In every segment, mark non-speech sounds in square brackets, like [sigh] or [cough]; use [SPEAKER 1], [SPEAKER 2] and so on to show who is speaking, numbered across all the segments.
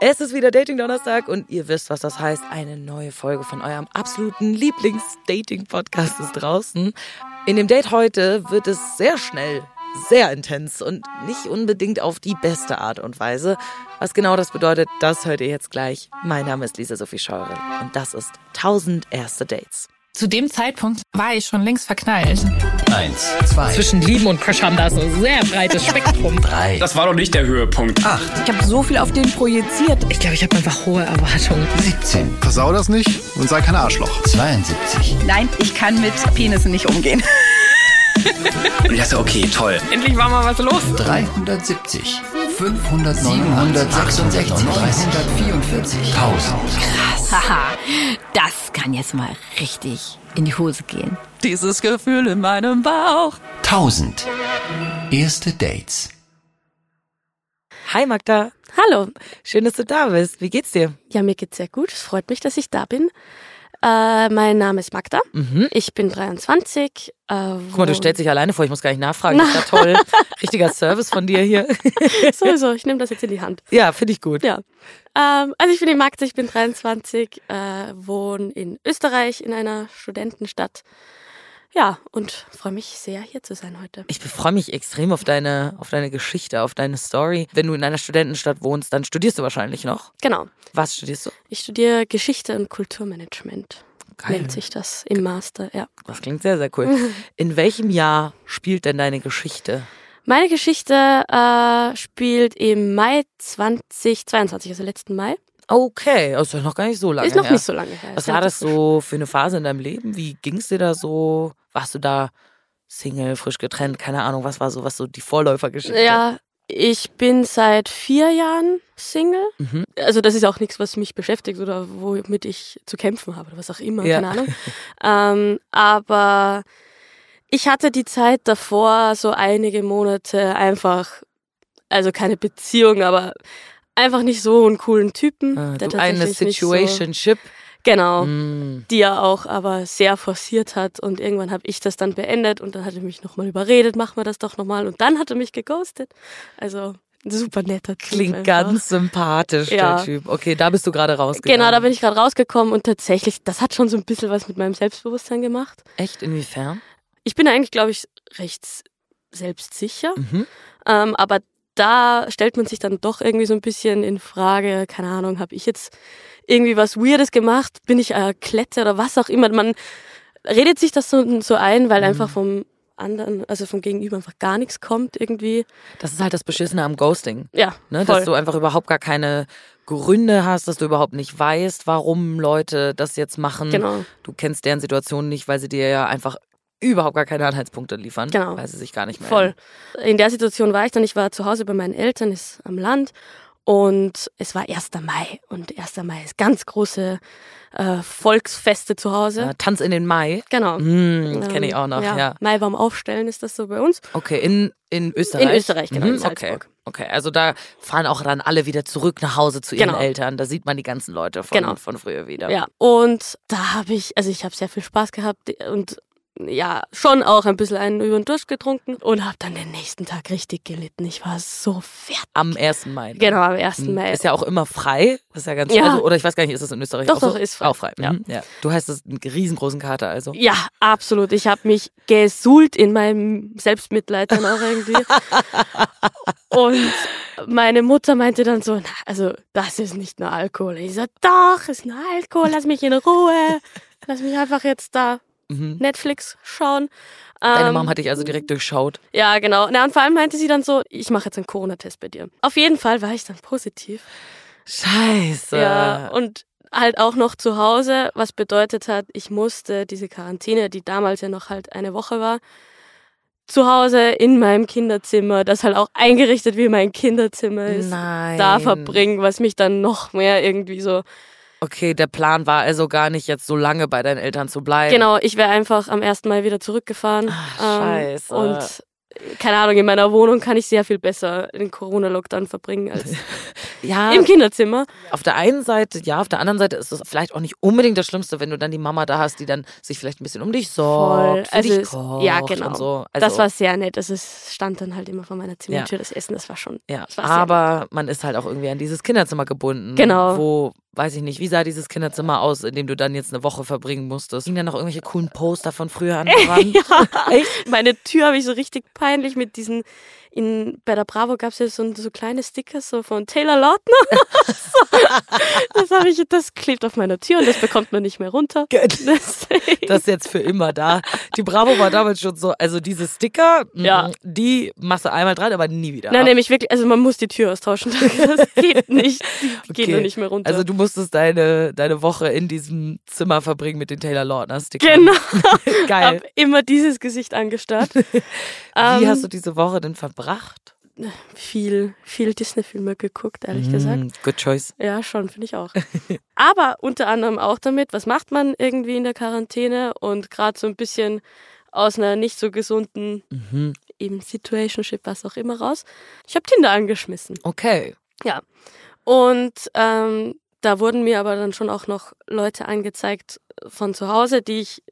[SPEAKER 1] Es ist wieder Dating Donnerstag und ihr wisst, was das heißt. Eine neue Folge von eurem absoluten Lieblings-Dating-Podcast ist draußen. In dem Date heute wird es sehr schnell, sehr intens und nicht unbedingt auf die beste Art und Weise. Was genau das bedeutet, das hört ihr jetzt gleich. Mein Name ist Lisa Sophie Scheuren und das ist 1000 erste Dates.
[SPEAKER 2] Zu dem Zeitpunkt war ich schon längst verknallt.
[SPEAKER 3] Eins, zwei,
[SPEAKER 4] Zwischen Lieben und Crush haben da so ein sehr breites Spektrum.
[SPEAKER 3] drei,
[SPEAKER 5] Das war doch nicht der Höhepunkt.
[SPEAKER 3] acht,
[SPEAKER 2] Ich habe so viel auf den projiziert.
[SPEAKER 4] Ich glaube, ich habe einfach hohe Erwartungen.
[SPEAKER 3] 17,
[SPEAKER 6] Versau das nicht und sei kein Arschloch.
[SPEAKER 3] 72.
[SPEAKER 2] Nein, ich kann mit Penissen nicht umgehen.
[SPEAKER 5] Und ich dachte, okay, toll.
[SPEAKER 3] 370, 589, 766, 344, 1000.
[SPEAKER 7] Haha, das kann jetzt mal richtig in die Hose gehen.
[SPEAKER 2] Dieses Gefühl in meinem Bauch.
[SPEAKER 3] 1000. Erste Dates.
[SPEAKER 1] Hi Magda,
[SPEAKER 8] Hallo.
[SPEAKER 1] schön, dass du da bist. Wie geht's dir?
[SPEAKER 8] Ja, mir geht's sehr gut. Es freut mich, dass ich da bin. Äh, mein Name ist Magda. Ich bin 23. Äh,
[SPEAKER 1] Mhm. Guck mal, du
[SPEAKER 8] [laughs]
[SPEAKER 1] stellst dich alleine vor, ich muss gar nicht nachfragen. Ist ja toll. Richtiger Service von dir hier.
[SPEAKER 8] Sowieso, ich nehme das jetzt in die Hand.
[SPEAKER 1] Ja, finde ich gut.
[SPEAKER 8] Ja. Ähm, also ich bin die Magda, ich bin 23, äh, wohne in Österreich in einer Studentenstadt. Ja, und freue mich sehr, hier zu sein heute.
[SPEAKER 1] Ich freue mich extrem auf deine, auf deine Geschichte, auf deine Story. Wenn du in einer Studentenstadt wohnst, dann studierst du wahrscheinlich noch.
[SPEAKER 8] Genau.
[SPEAKER 1] Was studierst du?
[SPEAKER 8] Ich studiere Geschichte und Kulturmanagement. Nennt sich das im Master, ja.
[SPEAKER 1] Das klingt sehr, sehr
[SPEAKER 8] [laughs]
[SPEAKER 1] cool. In welchem Jahr spielt denn deine Geschichte?
[SPEAKER 8] Meine Geschichte äh, spielt im Mai 2022, also letzten Mai.
[SPEAKER 1] Okay, das ist ja noch gar nicht so lange
[SPEAKER 8] Ist noch
[SPEAKER 1] her.
[SPEAKER 8] nicht so lange her.
[SPEAKER 1] Was
[SPEAKER 8] Ist
[SPEAKER 1] war
[SPEAKER 8] relativ
[SPEAKER 1] das so für eine Phase in deinem Leben? Wie ging es dir da so? Warst du da Single, frisch getrennt, keine Ahnung, was war so, was so die Vorläufergeschichte?
[SPEAKER 8] Ja, ich bin seit vier Jahren Single.
[SPEAKER 1] Mhm.
[SPEAKER 8] Also das ist auch nichts, was mich beschäftigt oder womit ich zu kämpfen habe oder was auch immer,
[SPEAKER 1] Ja.
[SPEAKER 8] keine Ahnung. [laughs] ähm, aber ich hatte die Zeit davor so einige Monate einfach, also keine Beziehung, aber einfach nicht so einen coolen Typen.
[SPEAKER 1] Ah,
[SPEAKER 8] der
[SPEAKER 1] du eine
[SPEAKER 8] tatsächlich nicht
[SPEAKER 1] Situationship.
[SPEAKER 8] So, genau.
[SPEAKER 1] Mm.
[SPEAKER 8] Die er auch aber sehr forciert hat und irgendwann habe ich das dann beendet und dann hat er mich nochmal überredet, machen wir das doch nochmal und dann hat er mich geghostet. Also ein super netter Typ.
[SPEAKER 1] Klingt
[SPEAKER 8] einfach.
[SPEAKER 1] ganz sympathisch, der
[SPEAKER 8] Ja.
[SPEAKER 1] Typ. Okay, da bist du gerade rausgegangen.
[SPEAKER 8] Genau, da bin ich gerade rausgekommen und tatsächlich, das hat schon so ein bisschen was mit meinem Selbstbewusstsein gemacht.
[SPEAKER 1] Echt, inwiefern?
[SPEAKER 8] Ich bin eigentlich, glaube ich, recht s- selbstsicher,
[SPEAKER 1] Mhm.
[SPEAKER 8] ähm, aber da stellt man sich dann doch irgendwie so ein bisschen in Frage, keine Ahnung, habe ich jetzt irgendwie was Weirdes gemacht? Bin ich äh, Klette oder was auch immer? Man redet sich das so, so ein,
[SPEAKER 1] Mhm.
[SPEAKER 8] weil einfach vom anderen, also vom Gegenüber einfach gar nichts kommt irgendwie.
[SPEAKER 1] Das ist halt das Beschissene am Ghosting.
[SPEAKER 8] Ja,
[SPEAKER 1] Ne?
[SPEAKER 8] voll.
[SPEAKER 1] Dass du einfach überhaupt gar keine Gründe hast, dass du überhaupt nicht weißt, warum Leute das jetzt machen.
[SPEAKER 8] genau.
[SPEAKER 1] Du kennst deren Situation nicht, weil sie dir ja einfach überhaupt gar keine Anhaltspunkte liefern,
[SPEAKER 8] Genau.
[SPEAKER 1] weil sie sich gar nicht melden.
[SPEAKER 8] Voll. In der Situation war ich dann, ich war zu Hause bei meinen Eltern, ist am Land und es war 1. Mai und 1. Mai ist ganz große äh, Volksfeste zu Hause.
[SPEAKER 1] Ja, Äh, Tanz in den Mai.
[SPEAKER 8] Genau.
[SPEAKER 1] Mm,
[SPEAKER 8] Ähm,
[SPEAKER 1] Kenne ich auch noch, ja.
[SPEAKER 8] Maibaum aufstellen ist das so bei uns.
[SPEAKER 1] Okay, in, in Österreich? Mhm,
[SPEAKER 8] In Österreich, genau, in
[SPEAKER 1] okay.
[SPEAKER 8] Salzburg.
[SPEAKER 1] okay, also da fahren auch dann alle wieder zurück nach Hause zu ihren
[SPEAKER 8] Genau.
[SPEAKER 1] Eltern. Da sieht man die ganzen Leute von,
[SPEAKER 8] Genau.
[SPEAKER 1] von früher wieder.
[SPEAKER 8] Ja. Und da habe ich, also ich habe sehr viel Spaß gehabt und ja, schon auch ein bisschen einen über den Durst getrunken und habe dann den nächsten Tag richtig gelitten. Ich war so fertig.
[SPEAKER 1] Am 1. Mai. Mhm.
[SPEAKER 8] Genau, am 1. Mai.
[SPEAKER 1] Ist ja auch immer frei. Das ist ja ganz
[SPEAKER 8] Ja.
[SPEAKER 1] Also, oder ich weiß gar nicht, ist das in Österreich
[SPEAKER 8] Doch,
[SPEAKER 1] auch so?
[SPEAKER 8] doch, ist frei.
[SPEAKER 1] Auch frei.
[SPEAKER 8] Ja.
[SPEAKER 1] Mhm. Ja. Du hast das einen riesengroßen Kater, also.
[SPEAKER 8] Ja, absolut. Ich habe mich gesuhlt in meinem Selbstmitleid dann
[SPEAKER 1] [laughs]
[SPEAKER 8] auch irgendwie. Und meine Mutter meinte dann so, na, also das ist nicht nur Alkohol. Ich so, doch, ist nur Alkohol, lass mich in Ruhe. Lass mich einfach jetzt da
[SPEAKER 1] Mhm.
[SPEAKER 8] Netflix schauen.
[SPEAKER 1] Deine
[SPEAKER 8] Ähm,
[SPEAKER 1] Mom hat dich also direkt durchschaut.
[SPEAKER 8] Ja, genau. Na, und vor allem meinte sie dann so, ich mache jetzt einen Corona-Test bei dir. Auf jeden Fall war ich dann positiv.
[SPEAKER 1] Scheiße.
[SPEAKER 8] Ja, und halt auch noch zu Hause, was bedeutet hat, ich musste diese Quarantäne, die damals ja noch halt eine Woche war, zu Hause in meinem Kinderzimmer, das halt auch eingerichtet wie mein Kinderzimmer ist,
[SPEAKER 1] Nein.
[SPEAKER 8] da verbringen, was mich dann noch mehr irgendwie so.
[SPEAKER 1] Okay, der Plan war also gar nicht, jetzt so lange bei deinen Eltern zu bleiben.
[SPEAKER 8] Genau, ich wäre einfach am ersten Mal wieder zurückgefahren.
[SPEAKER 1] Ach, scheiße.
[SPEAKER 8] Und keine Ahnung, in meiner Wohnung kann ich sehr viel besser den Corona-Lockdown verbringen als
[SPEAKER 1] Ja,
[SPEAKER 8] im Kinderzimmer.
[SPEAKER 1] auf der einen Seite, ja, auf der anderen Seite ist es vielleicht auch nicht unbedingt das Schlimmste, wenn du dann die Mama da hast, die dann sich vielleicht ein bisschen um dich sorgt, für
[SPEAKER 8] Also
[SPEAKER 1] dich
[SPEAKER 8] es-
[SPEAKER 1] kocht
[SPEAKER 8] ja, genau.
[SPEAKER 1] und so. Also,
[SPEAKER 8] das war sehr nett. Also es stand dann halt immer vor meiner Zimmertür, das Essen, das war schon.
[SPEAKER 1] ja,
[SPEAKER 8] das war sehr
[SPEAKER 1] aber man ist halt auch irgendwie an dieses Kinderzimmer gebunden.
[SPEAKER 8] Genau.
[SPEAKER 1] Wo, weiß ich nicht, wie sah dieses Kinderzimmer aus, in dem du dann jetzt eine Woche verbringen musstest? Hingen da noch irgendwelche coolen Poster von früher an
[SPEAKER 8] [laughs]
[SPEAKER 1] der Wand? Echt?
[SPEAKER 8] Meine Tür habe ich so richtig peinlich mit diesen. In, bei der Bravo gab es ja so, so kleine Sticker so von Taylor Lautner. [laughs] so, das habe ich, das klebt auf meiner Tür und das bekommt man nicht mehr runter. [laughs] Das,
[SPEAKER 1] Das ist jetzt für immer da. Die Bravo war damals schon so, also diese Sticker, mm,
[SPEAKER 8] Ja.
[SPEAKER 1] die machst du einmal dran, aber nie wieder.
[SPEAKER 8] Nein, nämlich wirklich, also man muss die Tür austauschen. [laughs] Das geht nicht. Die
[SPEAKER 1] [laughs]
[SPEAKER 8] geht
[SPEAKER 1] Okay.
[SPEAKER 8] nur nicht mehr runter.
[SPEAKER 1] Also du musstest deine, deine Woche in diesem Zimmer verbringen mit den Taylor Lautner Stickern.
[SPEAKER 8] genau.
[SPEAKER 1] [laughs] Geil.
[SPEAKER 8] Hab immer dieses Gesicht angestarrt.
[SPEAKER 1] [laughs] Wie
[SPEAKER 8] Ähm,
[SPEAKER 1] hast du diese Woche denn verbracht?
[SPEAKER 8] viel, viel Disney-Filme geguckt, ehrlich gesagt.
[SPEAKER 1] Mm, good choice.
[SPEAKER 8] Ja, schon, finde ich auch. Aber unter anderem auch damit, was macht man irgendwie in der Quarantäne und gerade so ein bisschen aus einer nicht so gesunden
[SPEAKER 1] Mhm.
[SPEAKER 8] eben Situationship, was auch immer raus. Ich habe Tinder angeschmissen.
[SPEAKER 1] Okay.
[SPEAKER 8] Und ähm, da wurden mir aber dann schon auch noch Leute angezeigt von zu Hause, die ich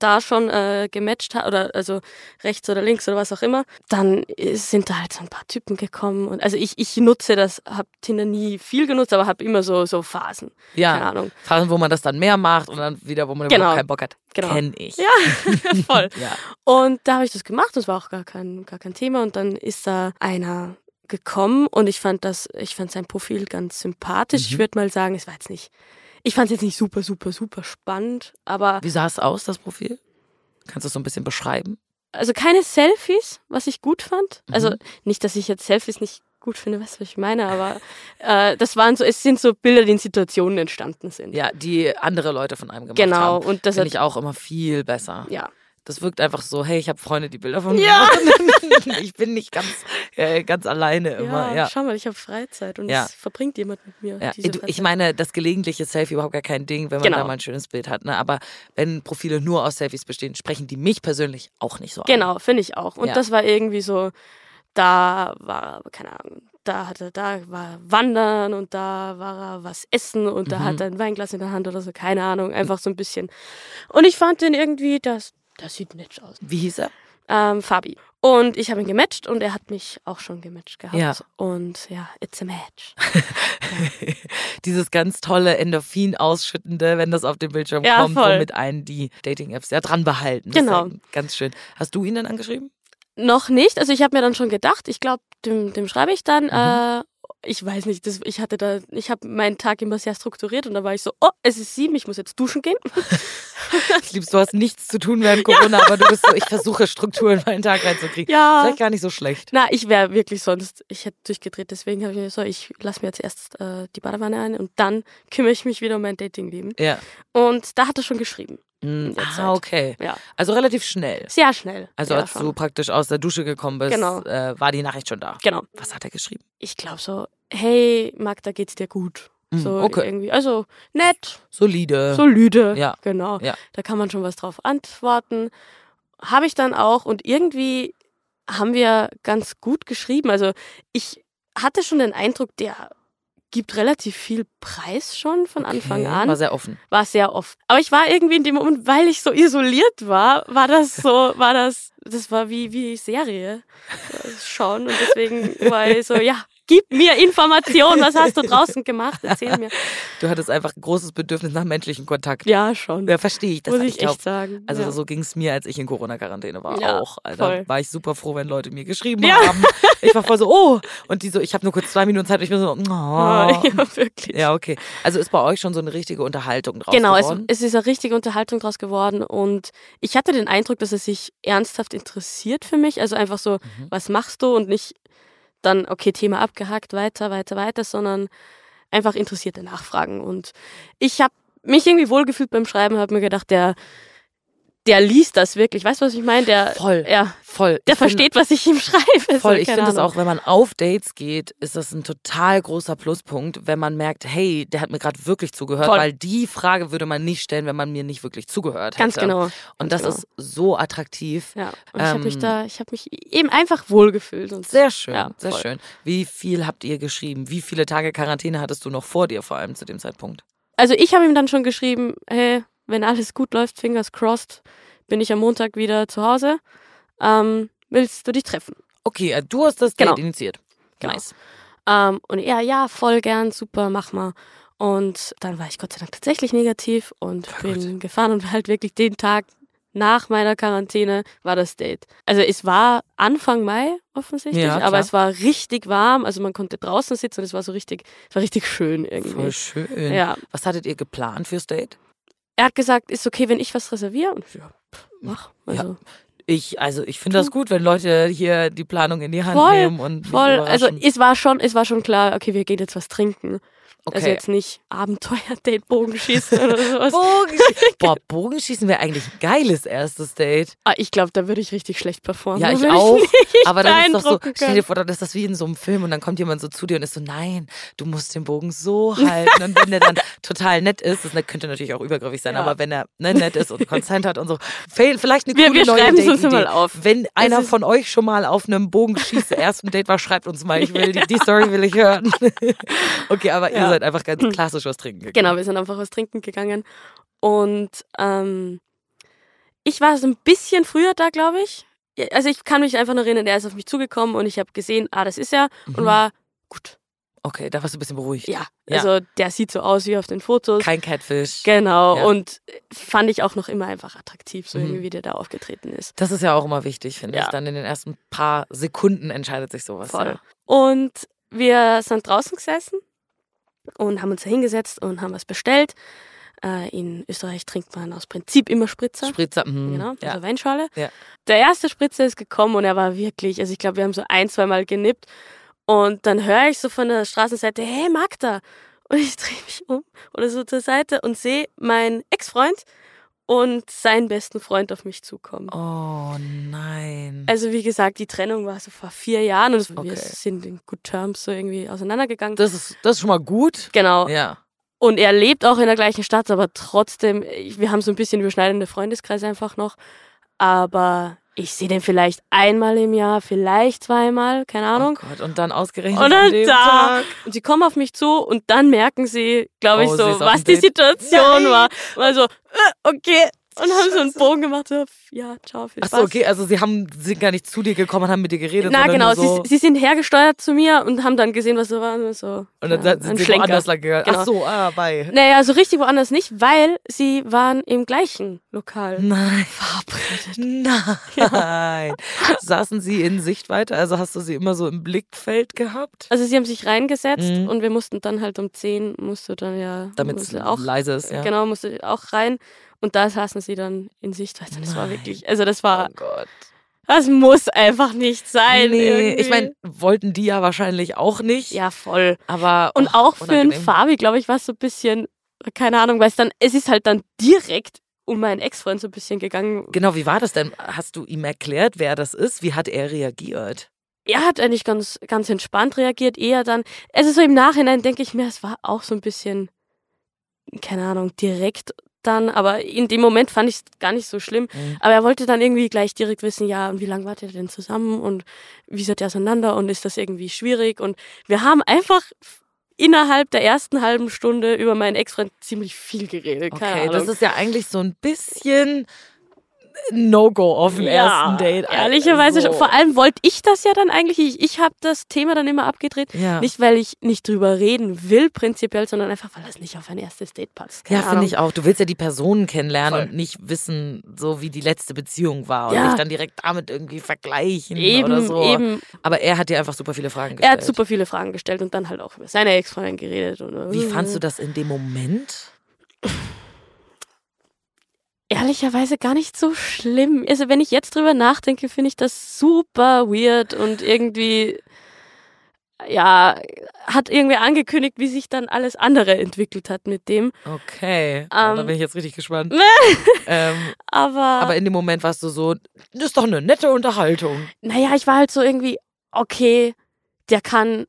[SPEAKER 8] da schon äh, gematcht habe, oder also rechts oder links oder was auch immer. Dann äh, sind da halt so ein paar Typen gekommen. Und also ich, ich nutze das, habe Tinder nie viel genutzt, aber habe immer so, so Phasen. Keine
[SPEAKER 1] Ja.
[SPEAKER 8] Ahnung.
[SPEAKER 1] Phasen, wo man das dann mehr macht und dann wieder, wo man
[SPEAKER 8] Genau.
[SPEAKER 1] überhaupt keinen Bock hat.
[SPEAKER 8] Genau.
[SPEAKER 1] Kenn ich.
[SPEAKER 8] Ja, voll.
[SPEAKER 1] Ja.
[SPEAKER 8] Und da habe ich das gemacht, das war auch gar kein, gar kein Thema. Und dann ist da einer gekommen und ich fand das, ich fand sein Profil ganz sympathisch.
[SPEAKER 1] Mhm.
[SPEAKER 8] Ich würde mal sagen, es war jetzt nicht, ich fand es jetzt nicht super, super, super spannend, aber
[SPEAKER 1] Wie sah es aus, das Profil? Kannst du es so ein bisschen beschreiben?
[SPEAKER 8] also keine Selfies, was ich gut fand. Also
[SPEAKER 1] Mhm.
[SPEAKER 8] nicht, dass ich jetzt Selfies nicht gut finde, weißt du, was ich meine, aber äh, das waren so, es sind so Bilder, die in Situationen entstanden sind.
[SPEAKER 1] Ja, die andere Leute von einem gemacht
[SPEAKER 8] genau.
[SPEAKER 1] haben.
[SPEAKER 8] Und das
[SPEAKER 1] Finde
[SPEAKER 8] hat,
[SPEAKER 1] ich auch immer viel besser.
[SPEAKER 8] ja.
[SPEAKER 1] Das wirkt einfach so, hey, ich habe Freunde, die Bilder von mir
[SPEAKER 8] Ja.
[SPEAKER 1] machen. [laughs] Ich bin nicht ganz, äh, ganz alleine immer. Ja.
[SPEAKER 8] schau mal, ich habe Freizeit und
[SPEAKER 1] Ja.
[SPEAKER 8] es verbringt jemand mit mir.
[SPEAKER 1] Ja,
[SPEAKER 8] diese
[SPEAKER 1] du, ich
[SPEAKER 8] Freizeit.
[SPEAKER 1] meine, das gelegentliche Selfie überhaupt gar kein Ding, wenn man
[SPEAKER 8] Genau.
[SPEAKER 1] da mal ein schönes Bild hat. Ne? Aber wenn Profile nur aus Selfies bestehen, sprechen die mich persönlich auch nicht so an.
[SPEAKER 8] Genau, finde ich auch. Und
[SPEAKER 1] Ja.
[SPEAKER 8] das war irgendwie so, da war, keine Ahnung, da hatte, da war Wandern und da war er was essen und da
[SPEAKER 1] Mhm.
[SPEAKER 8] hat er ein Weinglas in der Hand oder so, keine Ahnung, einfach so ein bisschen. Und ich fand den irgendwie, das, das sieht nett aus.
[SPEAKER 1] Wie hieß er?
[SPEAKER 8] Ähm, Fabi. Und ich habe ihn gematcht und er hat mich auch schon gematcht gehabt.
[SPEAKER 1] Ja.
[SPEAKER 8] Und ja, it's a match.
[SPEAKER 1] Dieses ganz tolle Endorphin ausschüttende, wenn das auf dem Bildschirm
[SPEAKER 8] Ja,
[SPEAKER 1] kommt,
[SPEAKER 8] voll.
[SPEAKER 1] womit einen die Dating-Apps ja dran behalten. Das ist
[SPEAKER 8] Genau.
[SPEAKER 1] ja ganz schön. Hast du ihn dann
[SPEAKER 8] [laughs]
[SPEAKER 1] angeschrieben?
[SPEAKER 8] Noch nicht. Also ich habe mir dann schon gedacht, ich glaube, dem, dem schreibe ich dann.
[SPEAKER 1] Mhm.
[SPEAKER 8] Äh, ich weiß nicht, das, ich hatte da, ich habe meinen Tag immer sehr strukturiert und da war ich so, oh, es ist sieben, ich muss jetzt
[SPEAKER 1] [laughs]
[SPEAKER 8] duschen gehen.
[SPEAKER 1] Ich lieb's, du hast nichts zu tun
[SPEAKER 8] [laughs]
[SPEAKER 1] während Corona, aber du bist so, ich versuche Struktur in meinen Tag reinzukriegen.
[SPEAKER 8] Ja.
[SPEAKER 1] Vielleicht gar nicht so schlecht.
[SPEAKER 8] Na, ich wäre wirklich sonst, ich hätte durchgedreht, deswegen habe ich mir so, ich lasse mir jetzt erst äh, die Badewanne ein und dann kümmere ich mich wieder um mein Datingleben.
[SPEAKER 1] Ja.
[SPEAKER 8] Und da hat er schon geschrieben.
[SPEAKER 1] Mm,
[SPEAKER 8] der Zeit.
[SPEAKER 1] ah, okay.
[SPEAKER 8] Ja.
[SPEAKER 1] Also relativ schnell.
[SPEAKER 8] Sehr schnell.
[SPEAKER 1] Also
[SPEAKER 8] ja,
[SPEAKER 1] als
[SPEAKER 8] schon.
[SPEAKER 1] du praktisch aus der Dusche gekommen bist,
[SPEAKER 8] Genau.
[SPEAKER 1] äh, war die Nachricht schon da.
[SPEAKER 8] Genau.
[SPEAKER 1] Was hat er geschrieben?
[SPEAKER 8] Ich glaube so, hey Magda, geht's dir gut?
[SPEAKER 1] Mm,
[SPEAKER 8] So
[SPEAKER 1] okay.
[SPEAKER 8] irgendwie, also nett,
[SPEAKER 1] Solide.
[SPEAKER 8] solide.
[SPEAKER 1] ja.
[SPEAKER 8] Genau.
[SPEAKER 1] Ja.
[SPEAKER 8] Da kann man schon was drauf antworten. Habe ich dann auch und irgendwie haben wir ganz gut geschrieben. Also ich hatte schon den Eindruck, der gibt relativ viel Preis schon von Anfang
[SPEAKER 1] Okay,
[SPEAKER 8] an.
[SPEAKER 1] War sehr offen.
[SPEAKER 8] war sehr oft. Aber ich war irgendwie in dem Moment, weil ich so isoliert war, war das so, war das, das war wie, wie Serie äh, schauen und deswegen war ich so, ja, gib mir Informationen, was hast du draußen gemacht, erzähl
[SPEAKER 1] [laughs]
[SPEAKER 8] mir.
[SPEAKER 1] Du hattest einfach ein großes Bedürfnis nach menschlichem Kontakt.
[SPEAKER 8] Ja, schon.
[SPEAKER 1] Ja, verstehe ich. Das
[SPEAKER 8] muss
[SPEAKER 1] hab
[SPEAKER 8] ich echt
[SPEAKER 1] glaub,
[SPEAKER 8] sagen.
[SPEAKER 1] Also
[SPEAKER 8] ja.
[SPEAKER 1] so ging es mir, als ich in Corona-Quarantäne war
[SPEAKER 8] Ja,
[SPEAKER 1] auch. Also, Da
[SPEAKER 8] voll.
[SPEAKER 1] war ich super froh, wenn Leute mir geschrieben
[SPEAKER 8] Ja.
[SPEAKER 1] haben. Ich war voll so, oh. Und die so, ich habe nur kurz zwei Minuten Zeit. Und ich bin so,
[SPEAKER 8] Ah,
[SPEAKER 1] oh.
[SPEAKER 8] ja, [laughs] wirklich.
[SPEAKER 1] Ja, okay. Also ist bei euch schon so eine richtige Unterhaltung draus
[SPEAKER 8] Genau, es,
[SPEAKER 1] geworden?
[SPEAKER 8] es ist eine richtige Unterhaltung draus geworden und ich hatte den Eindruck, dass er sich ernsthaft interessiert für mich. Also einfach so,
[SPEAKER 1] Mhm.
[SPEAKER 8] was machst du und nicht dann, okay, Thema abgehakt, weiter, weiter, weiter, sondern einfach interessierte Nachfragen. Und ich habe mich irgendwie wohlgefühlt beim Schreiben, habe mir gedacht, der, der liest das wirklich. Weißt du, was ich meine? Der,
[SPEAKER 1] Voll.
[SPEAKER 8] Ja,
[SPEAKER 1] Voll.
[SPEAKER 8] der
[SPEAKER 1] Ich find-
[SPEAKER 8] versteht, was ich ihm [laughs] schreibe.
[SPEAKER 1] Voll,
[SPEAKER 8] So,
[SPEAKER 1] ich
[SPEAKER 8] keine
[SPEAKER 1] finde das
[SPEAKER 8] Ahnung.
[SPEAKER 1] auch, wenn man auf Dates geht, ist das ein total großer Pluspunkt, wenn man merkt, hey, der hat mir gerade wirklich zugehört,
[SPEAKER 8] Voll.
[SPEAKER 1] weil die Frage würde man nicht stellen, wenn man mir nicht wirklich zugehört hätte.
[SPEAKER 8] Ganz genau,
[SPEAKER 1] Und das
[SPEAKER 8] ganz genau.
[SPEAKER 1] ist so attraktiv.
[SPEAKER 8] Ja, und ich habe mich
[SPEAKER 1] Ähm,
[SPEAKER 8] da, ich habe mich eben einfach wohlgefühlt. Und
[SPEAKER 1] Sehr schön,
[SPEAKER 8] Ja,
[SPEAKER 1] sehr
[SPEAKER 8] voll.
[SPEAKER 1] schön. Wie viel habt ihr geschrieben? Wie viele Tage Quarantäne hattest du noch vor dir, vor allem zu dem Zeitpunkt?
[SPEAKER 8] Also ich habe ihm dann schon geschrieben, hey, wenn alles gut läuft, fingers crossed, bin ich am Montag wieder zu Hause. Ähm, willst du dich treffen?
[SPEAKER 1] Okay, äh, du hast das Date
[SPEAKER 8] Genau.
[SPEAKER 1] initiiert.
[SPEAKER 8] Genau.
[SPEAKER 1] Nice.
[SPEAKER 8] Ähm, und er, ja, voll gern, super, mach mal. Und dann war ich Gott sei Dank tatsächlich negativ und
[SPEAKER 1] Voll gut.
[SPEAKER 8] bin gefahren und halt wirklich den Tag nach meiner Quarantäne war das Date. Also es war Anfang Mai offensichtlich,
[SPEAKER 1] Ja, klar.
[SPEAKER 8] aber es war richtig warm, also man konnte draußen sitzen und es war so richtig, es war richtig schön irgendwie.
[SPEAKER 1] Voll schön.
[SPEAKER 8] Ja.
[SPEAKER 1] Was hattet ihr geplant fürs Date?
[SPEAKER 8] Er hat gesagt, ist okay, wenn ich was reserviere und ich, ja, pff, mach. Also
[SPEAKER 1] Ja. Ich, also ich finde das gut, wenn Leute hier die Planung in die Hand
[SPEAKER 8] Voll,
[SPEAKER 1] nehmen und mich
[SPEAKER 8] Voll, also
[SPEAKER 1] überraschen.
[SPEAKER 8] es war schon, es war schon klar, okay, wir gehen jetzt was trinken. Also
[SPEAKER 1] Okay.
[SPEAKER 8] jetzt nicht Abenteuer-Date, Bogenschießen
[SPEAKER 1] [laughs]
[SPEAKER 8] oder sowas.
[SPEAKER 1] Bogenschießen. [laughs] Boah, Bogenschießen wäre eigentlich ein geiles erstes Date.
[SPEAKER 8] Ah, ich glaube, da würde ich richtig schlecht performen.
[SPEAKER 1] Ja,
[SPEAKER 8] Da
[SPEAKER 1] ich
[SPEAKER 8] würde
[SPEAKER 1] auch.
[SPEAKER 8] nicht [laughs]
[SPEAKER 1] Aber dann ist doch so,
[SPEAKER 8] beeindrucken
[SPEAKER 1] stell
[SPEAKER 8] können.
[SPEAKER 1] dir vor, dann ist das wie in so einem Film und dann kommt jemand so zu dir und ist so, nein, du musst den Bogen so halten. Und wenn der
[SPEAKER 8] [laughs]
[SPEAKER 1] dann total nett ist, das könnte natürlich auch übergriffig sein,
[SPEAKER 8] Ja.
[SPEAKER 1] aber wenn er ne, nett ist und Consent hat und so, fail, vielleicht eine
[SPEAKER 8] Wir-
[SPEAKER 1] coole
[SPEAKER 8] wir
[SPEAKER 1] neue
[SPEAKER 8] schreiben's uns
[SPEAKER 1] Dateidee.
[SPEAKER 8] mal auf.
[SPEAKER 1] Wenn einer
[SPEAKER 8] ist-
[SPEAKER 1] von euch schon mal auf einem Bogenschießen ersten Date war, schreibt uns
[SPEAKER 8] [laughs]
[SPEAKER 1] mal, ich will, die, die Story will ich hören. [laughs] okay, aber ihr
[SPEAKER 8] Ja. Hm.
[SPEAKER 1] seid einfach ganz klassisch was trinken gegangen.
[SPEAKER 8] Genau, wir sind einfach was trinken gegangen. Und ähm, ich war so ein bisschen früher da, glaube ich. Ja, Also ich kann mich einfach nur erinnern, er ist auf mich zugekommen und ich habe gesehen, ah, das ist er und
[SPEAKER 1] Mhm.
[SPEAKER 8] war gut.
[SPEAKER 1] Okay, da warst du ein bisschen beruhigt.
[SPEAKER 8] Ja,
[SPEAKER 1] Ja.
[SPEAKER 8] also der sieht so aus wie auf den Fotos.
[SPEAKER 1] Kein Catfish.
[SPEAKER 8] Genau,
[SPEAKER 1] Ja.
[SPEAKER 8] und fand ich auch noch immer einfach attraktiv, so
[SPEAKER 1] Mhm.
[SPEAKER 8] irgendwie, wie der da aufgetreten ist.
[SPEAKER 1] Das ist ja auch immer wichtig, finde ich.
[SPEAKER 8] Ja.
[SPEAKER 1] Dann in den ersten paar Sekunden entscheidet sich sowas.
[SPEAKER 8] Voll.
[SPEAKER 1] Ja.
[SPEAKER 8] Und wir sind draußen gesessen und haben uns da hingesetzt und haben was bestellt. Äh, in Österreich trinkt man aus Prinzip immer Spritzer.
[SPEAKER 1] Spritzer. mhm.
[SPEAKER 8] Genau,
[SPEAKER 1] ja.
[SPEAKER 8] also Weinschale.
[SPEAKER 1] Ja.
[SPEAKER 8] Der erste Spritzer ist gekommen und er war wirklich, also ich glaube, wir haben so ein, zweimal genippt. Und dann höre ich so von der Straßenseite, hey Magda! Und ich drehe mich um oder so zur Seite und sehe meinen Ex-Freund und seinen besten Freund auf mich zukommen.
[SPEAKER 1] Oh nein.
[SPEAKER 8] Also wie gesagt, die Trennung war so vor vier Jahren und
[SPEAKER 1] Okay.
[SPEAKER 8] wir sind in Good Terms so irgendwie auseinandergegangen.
[SPEAKER 1] das, ist, das ist schon mal gut.
[SPEAKER 8] genau.
[SPEAKER 1] Ja.
[SPEAKER 8] Und er lebt auch in der gleichen Stadt, aber trotzdem, ich- wir haben so ein bisschen überschneidende Freundeskreise einfach noch. Aber ich sehe den vielleicht einmal im Jahr, vielleicht zweimal, keine
[SPEAKER 1] Oh
[SPEAKER 8] Ahnung.
[SPEAKER 1] Gott. Und dann ausgerechnet.
[SPEAKER 8] und
[SPEAKER 1] an
[SPEAKER 8] dann
[SPEAKER 1] dem
[SPEAKER 8] da.
[SPEAKER 1] Tag.
[SPEAKER 8] Und sie kommen auf mich zu und dann merken sie, glaube ich,
[SPEAKER 1] Oh, sie ist auf
[SPEAKER 8] so, was die
[SPEAKER 1] dem Date.
[SPEAKER 8] Situation
[SPEAKER 1] Nein.
[SPEAKER 8] war. War so, äh, okay. Und haben so einen Bogen gemacht, so, ja, ciao, viel Spaß.
[SPEAKER 1] Achso, okay, also sie haben sind gar nicht zu dir gekommen und haben mit dir geredet.
[SPEAKER 8] Na
[SPEAKER 1] sondern
[SPEAKER 8] genau,
[SPEAKER 1] nur so,
[SPEAKER 8] sie, sie sind hergesteuert zu mir und haben dann gesehen, was so war. Und, so,
[SPEAKER 1] und
[SPEAKER 8] ja,
[SPEAKER 1] dann sind
[SPEAKER 8] ein
[SPEAKER 1] sie
[SPEAKER 8] Schlenker.
[SPEAKER 1] woanders lang gegangen.
[SPEAKER 8] Genau.
[SPEAKER 1] Achso, ah, bei.
[SPEAKER 8] Naja, so richtig woanders nicht, weil sie waren im gleichen Lokal.
[SPEAKER 1] Nein.
[SPEAKER 8] [laughs]
[SPEAKER 1] Nein. Saßen sie in Sichtweite? Also hast du sie immer so im Blickfeld gehabt?
[SPEAKER 8] Also sie haben sich reingesetzt
[SPEAKER 1] Mhm.
[SPEAKER 8] und wir mussten dann halt um 10 musst du dann ja
[SPEAKER 1] Damit es
[SPEAKER 8] musst du auch
[SPEAKER 1] leise ist, ja.
[SPEAKER 8] genau musst du auch rein und da saßen sie dann in Sichtweite und das war
[SPEAKER 1] Nein.
[SPEAKER 8] wirklich also das war
[SPEAKER 1] Oh Gott.
[SPEAKER 8] das muss einfach nicht sein.
[SPEAKER 1] Nee,
[SPEAKER 8] irgendwie.
[SPEAKER 1] ich meine, wollten die ja wahrscheinlich auch nicht.
[SPEAKER 8] ja voll
[SPEAKER 1] Aber
[SPEAKER 8] und
[SPEAKER 1] och,
[SPEAKER 8] auch für den
[SPEAKER 1] unangenehm.
[SPEAKER 8] Fabi, glaube ich, war es so ein bisschen keine Ahnung, weil es dann es ist halt dann direkt um meinen Ex-Freund so ein bisschen gegangen.
[SPEAKER 1] Genau, wie war das denn? Hast du ihm erklärt, wer das ist? Wie hat er reagiert?
[SPEAKER 8] er hat eigentlich ganz, ganz entspannt reagiert, eher dann, also so im Nachhinein denke ich mir, es war auch so ein bisschen, keine Ahnung, direkt dann, aber in dem Moment fand ich es gar nicht so schlimm.
[SPEAKER 1] Mhm.
[SPEAKER 8] Aber er wollte dann irgendwie gleich direkt wissen, ja, und wie lange wart ihr denn zusammen und wie seid ihr auseinander und ist das irgendwie schwierig? Und wir haben einfach innerhalb der ersten halben Stunde über meinen Ex-Freund ziemlich viel geredet. Keine
[SPEAKER 1] Okay,
[SPEAKER 8] Ahnung.
[SPEAKER 1] das ist ja eigentlich so ein bisschen No-Go auf dem ersten Date. Also,
[SPEAKER 8] Ehrlicherweise,
[SPEAKER 1] so.
[SPEAKER 8] schon. vor allem wollte ich das ja dann eigentlich. Ich, ich habe das Thema dann immer abgedreht.
[SPEAKER 1] Ja.
[SPEAKER 8] Nicht, weil ich nicht drüber reden will, prinzipiell, sondern einfach, weil das nicht auf ein erstes Date passt. Keine
[SPEAKER 1] Ja, finde
[SPEAKER 8] Ahnung.
[SPEAKER 1] ich auch. Du willst ja die Personen kennenlernen
[SPEAKER 8] Voll.
[SPEAKER 1] und nicht wissen, so wie die letzte Beziehung war und
[SPEAKER 8] Ja.
[SPEAKER 1] dich dann direkt damit irgendwie vergleichen
[SPEAKER 8] Eben,
[SPEAKER 1] oder so.
[SPEAKER 8] eben.
[SPEAKER 1] Aber er hat dir einfach super viele Fragen
[SPEAKER 8] Er
[SPEAKER 1] gestellt.
[SPEAKER 8] hat super viele Fragen gestellt und dann halt auch über seine Ex-Freundin geredet. Und,
[SPEAKER 1] wie fandst du das in dem Moment?
[SPEAKER 8] Ehrlicherweise gar nicht so schlimm. Also, wenn ich jetzt drüber nachdenke, finde ich das super weird und irgendwie. ja, hat irgendwie angekündigt, wie sich dann alles andere entwickelt hat mit dem.
[SPEAKER 1] Okay. Ja, da
[SPEAKER 8] Ähm. Ah.
[SPEAKER 1] bin ich jetzt richtig
[SPEAKER 8] [laughs]
[SPEAKER 1] gespannt. ähm,
[SPEAKER 8] Aber,
[SPEAKER 1] aber in dem Moment warst du so, das ist doch eine nette Unterhaltung.
[SPEAKER 8] naja, ich war halt so irgendwie, okay, der kann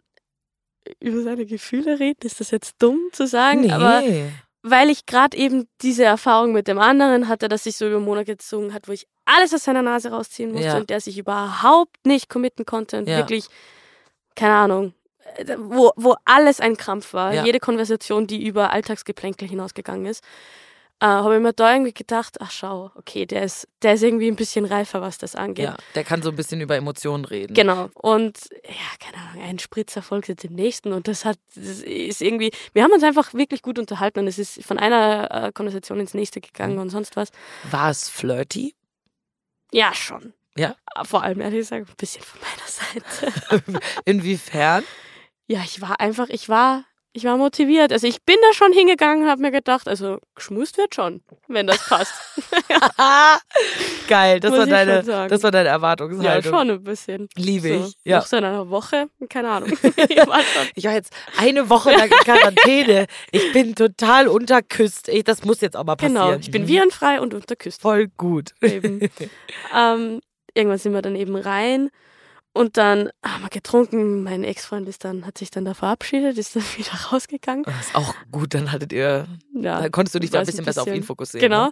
[SPEAKER 8] über seine Gefühle reden. Ist das jetzt dumm zu sagen? Aber weil ich gerade eben diese Erfahrung mit dem anderen hatte, dass sich so über Monat gezogen hat, wo ich alles aus seiner Nase rausziehen musste
[SPEAKER 1] Ja.
[SPEAKER 8] und der sich überhaupt nicht committen konnte und
[SPEAKER 1] Ja.
[SPEAKER 8] wirklich, keine Ahnung, äh, wo, wo alles ein Krampf war,
[SPEAKER 1] Ja.
[SPEAKER 8] jede Konversation, die über Alltagsgeplänkel hinausgegangen ist, äh, habe ich mir da irgendwie gedacht, ach schau, okay, der ist, der ist irgendwie ein bisschen reifer, was das angeht.
[SPEAKER 1] ja, der kann so ein bisschen über Emotionen reden.
[SPEAKER 8] Genau. Und ja, keine Ahnung, ein Spritzer folgte dem nächsten und das hat, das ist irgendwie, wir haben uns einfach wirklich gut unterhalten und es ist von einer äh, Konversation ins nächste gegangen
[SPEAKER 1] Mhm.
[SPEAKER 8] und sonst was.
[SPEAKER 1] War es flirty?
[SPEAKER 8] Ja, schon.
[SPEAKER 1] Ja?
[SPEAKER 8] Vor allem, ehrlich gesagt, ein bisschen von meiner Seite. [laughs]
[SPEAKER 1] Inwiefern?
[SPEAKER 8] ja, ich war einfach, ich war, ich war motiviert. Also ich bin da schon hingegangen und habe mir gedacht, also geschmust wird schon, wenn das passt.
[SPEAKER 1] [laughs] Geil, das
[SPEAKER 8] Muss
[SPEAKER 1] war,
[SPEAKER 8] ich schon
[SPEAKER 1] deine,
[SPEAKER 8] sagen.
[SPEAKER 1] das war deine
[SPEAKER 8] ja,
[SPEAKER 1] Erwartungshaltung.
[SPEAKER 8] schon ein bisschen.
[SPEAKER 1] Liebe
[SPEAKER 8] So,
[SPEAKER 1] ich. Ja.
[SPEAKER 8] Noch so in einer Woche,
[SPEAKER 1] [laughs]
[SPEAKER 8] keine Ahnung. [laughs] ich war schon
[SPEAKER 1] Ich war jetzt eine Woche lang in Quarantäne. Ich bin total unterküsst. Ich, das muss jetzt auch mal passieren.
[SPEAKER 8] Genau, ich bin
[SPEAKER 1] Mhm.
[SPEAKER 8] virenfrei und unterküsst.
[SPEAKER 1] Voll gut. [laughs]
[SPEAKER 8] Eben. ähm, irgendwann sind wir dann eben rein und dann haben wir getrunken. Mein Ex-Freund ist dann, hat sich dann da verabschiedet, ist dann [laughs] wieder rausgegangen.
[SPEAKER 1] Das ist auch gut, dann hattet ihr,
[SPEAKER 8] Ja,
[SPEAKER 1] dann konntest du dich da ein
[SPEAKER 8] weiß
[SPEAKER 1] bisschen, besser auf ihn fokussieren.
[SPEAKER 8] Genau.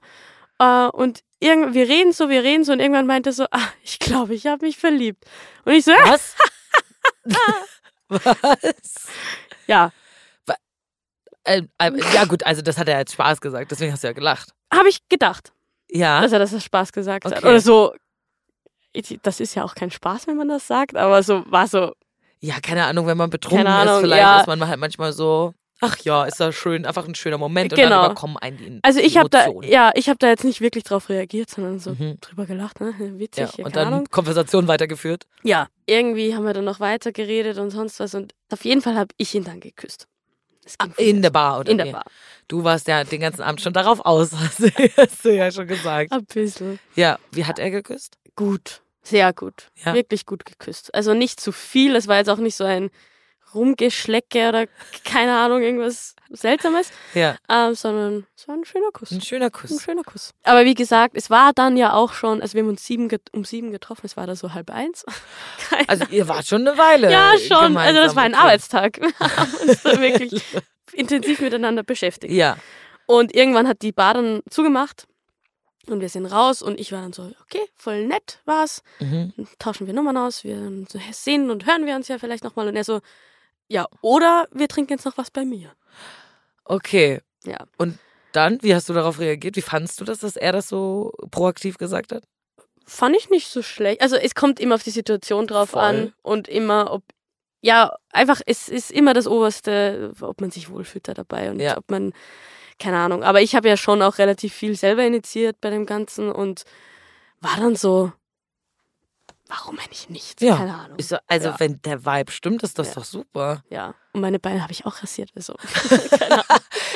[SPEAKER 1] Ne?
[SPEAKER 8] Äh, und irgend, wir reden so, wir reden so und irgendwann meinte er so, ah, ich glaube, ich habe mich verliebt. Und ich so, ja,
[SPEAKER 1] [laughs] Was? Was?
[SPEAKER 8] ja
[SPEAKER 1] Ähm, ähm, ja gut, also das hat er als Spaß gesagt, deswegen hast du ja gelacht.
[SPEAKER 8] habe ich gedacht,
[SPEAKER 1] Ja.
[SPEAKER 8] dass er das als Spaß gesagt hat.
[SPEAKER 1] Okay.
[SPEAKER 8] Oder so, ich- das ist ja auch kein Spaß, wenn man das sagt, aber so war so,
[SPEAKER 1] Ja, keine Ahnung, wenn man betrunken
[SPEAKER 8] Keine
[SPEAKER 1] ist,
[SPEAKER 8] Ahnung,
[SPEAKER 1] vielleicht
[SPEAKER 8] ja.
[SPEAKER 1] ist man halt manchmal so, ach ja, ist da schön, einfach ein schöner Moment und
[SPEAKER 8] Genau.
[SPEAKER 1] dann überkommen einen die
[SPEAKER 8] Also ich habe da,
[SPEAKER 1] Emotionen.
[SPEAKER 8] ja, ich habe da jetzt nicht wirklich drauf reagiert, sondern so
[SPEAKER 1] Mhm.
[SPEAKER 8] drüber gelacht, ne? Witzig,
[SPEAKER 1] Ja,
[SPEAKER 8] ja,
[SPEAKER 1] und
[SPEAKER 8] keine
[SPEAKER 1] dann
[SPEAKER 8] Ahnung.
[SPEAKER 1] Konversation weitergeführt.
[SPEAKER 8] Ja. Irgendwie haben wir dann noch weiter geredet und sonst was und auf jeden Fall habe ich ihn dann geküsst. Das ging
[SPEAKER 1] Ah, In
[SPEAKER 8] viel.
[SPEAKER 1] der Bar, oder?
[SPEAKER 8] in der
[SPEAKER 1] wie?
[SPEAKER 8] Bar.
[SPEAKER 1] Du warst ja den ganzen Abend schon darauf aus, [laughs] hast du, hast du ja schon gesagt.
[SPEAKER 8] Ein bisschen.
[SPEAKER 1] Ja, wie hat er geküsst?
[SPEAKER 8] Gut. Sehr gut.
[SPEAKER 1] Ja.
[SPEAKER 8] Wirklich gut geküsst. Also nicht zu viel, es war jetzt auch nicht so ein Rumgeschlecke oder keine Ahnung, irgendwas Seltsames,
[SPEAKER 1] Ja,
[SPEAKER 8] ähm, sondern es war ein schöner Kuss.
[SPEAKER 1] ein schöner
[SPEAKER 8] Ein
[SPEAKER 1] Kuss.
[SPEAKER 8] schöner Kuss. Aber wie gesagt, es war dann ja auch schon, also wir haben uns sieben get- um sieben getroffen, es war da so halb eins. Keine
[SPEAKER 1] Also ihr wart schon eine Weile.
[SPEAKER 8] Ja, schon. Also das
[SPEAKER 1] gemeinsam.
[SPEAKER 8] war ein
[SPEAKER 1] Okay. [laughs]
[SPEAKER 8] Arbeitstag. [laughs] Wir haben uns da wirklich intensiv miteinander beschäftigt.
[SPEAKER 1] Ja,
[SPEAKER 8] Und irgendwann hat die Bar dann zugemacht und wir sind raus und ich war dann so, okay, voll nett war's.
[SPEAKER 1] mhm.
[SPEAKER 8] Dann Tauschen wir Nummern aus, wir sehen und hören wir uns ja vielleicht nochmal. Und er so, ja, oder wir trinken jetzt noch was bei mir.
[SPEAKER 1] okay.
[SPEAKER 8] Ja.
[SPEAKER 1] Und dann, wie hast du darauf reagiert? Wie fandst du das, dass er das so proaktiv gesagt hat?
[SPEAKER 8] Fand ich nicht so schlecht. Also es kommt immer auf die Situation drauf
[SPEAKER 1] Voll.
[SPEAKER 8] an und immer, ob ja, einfach, es ist immer das Oberste, ob man sich wohlfühlt da dabei und
[SPEAKER 1] Ja.
[SPEAKER 8] ob man, keine Ahnung, aber ich habe ja schon auch relativ viel selber initiiert bei dem Ganzen und war dann so, warum eigentlich nicht?
[SPEAKER 1] Ja.
[SPEAKER 8] Keine Ahnung.
[SPEAKER 1] Ist, also
[SPEAKER 8] Ja.
[SPEAKER 1] wenn der Vibe stimmt, ist das
[SPEAKER 8] Ja.
[SPEAKER 1] doch super.
[SPEAKER 8] ja. Und meine Beine habe ich auch rasiert. Also.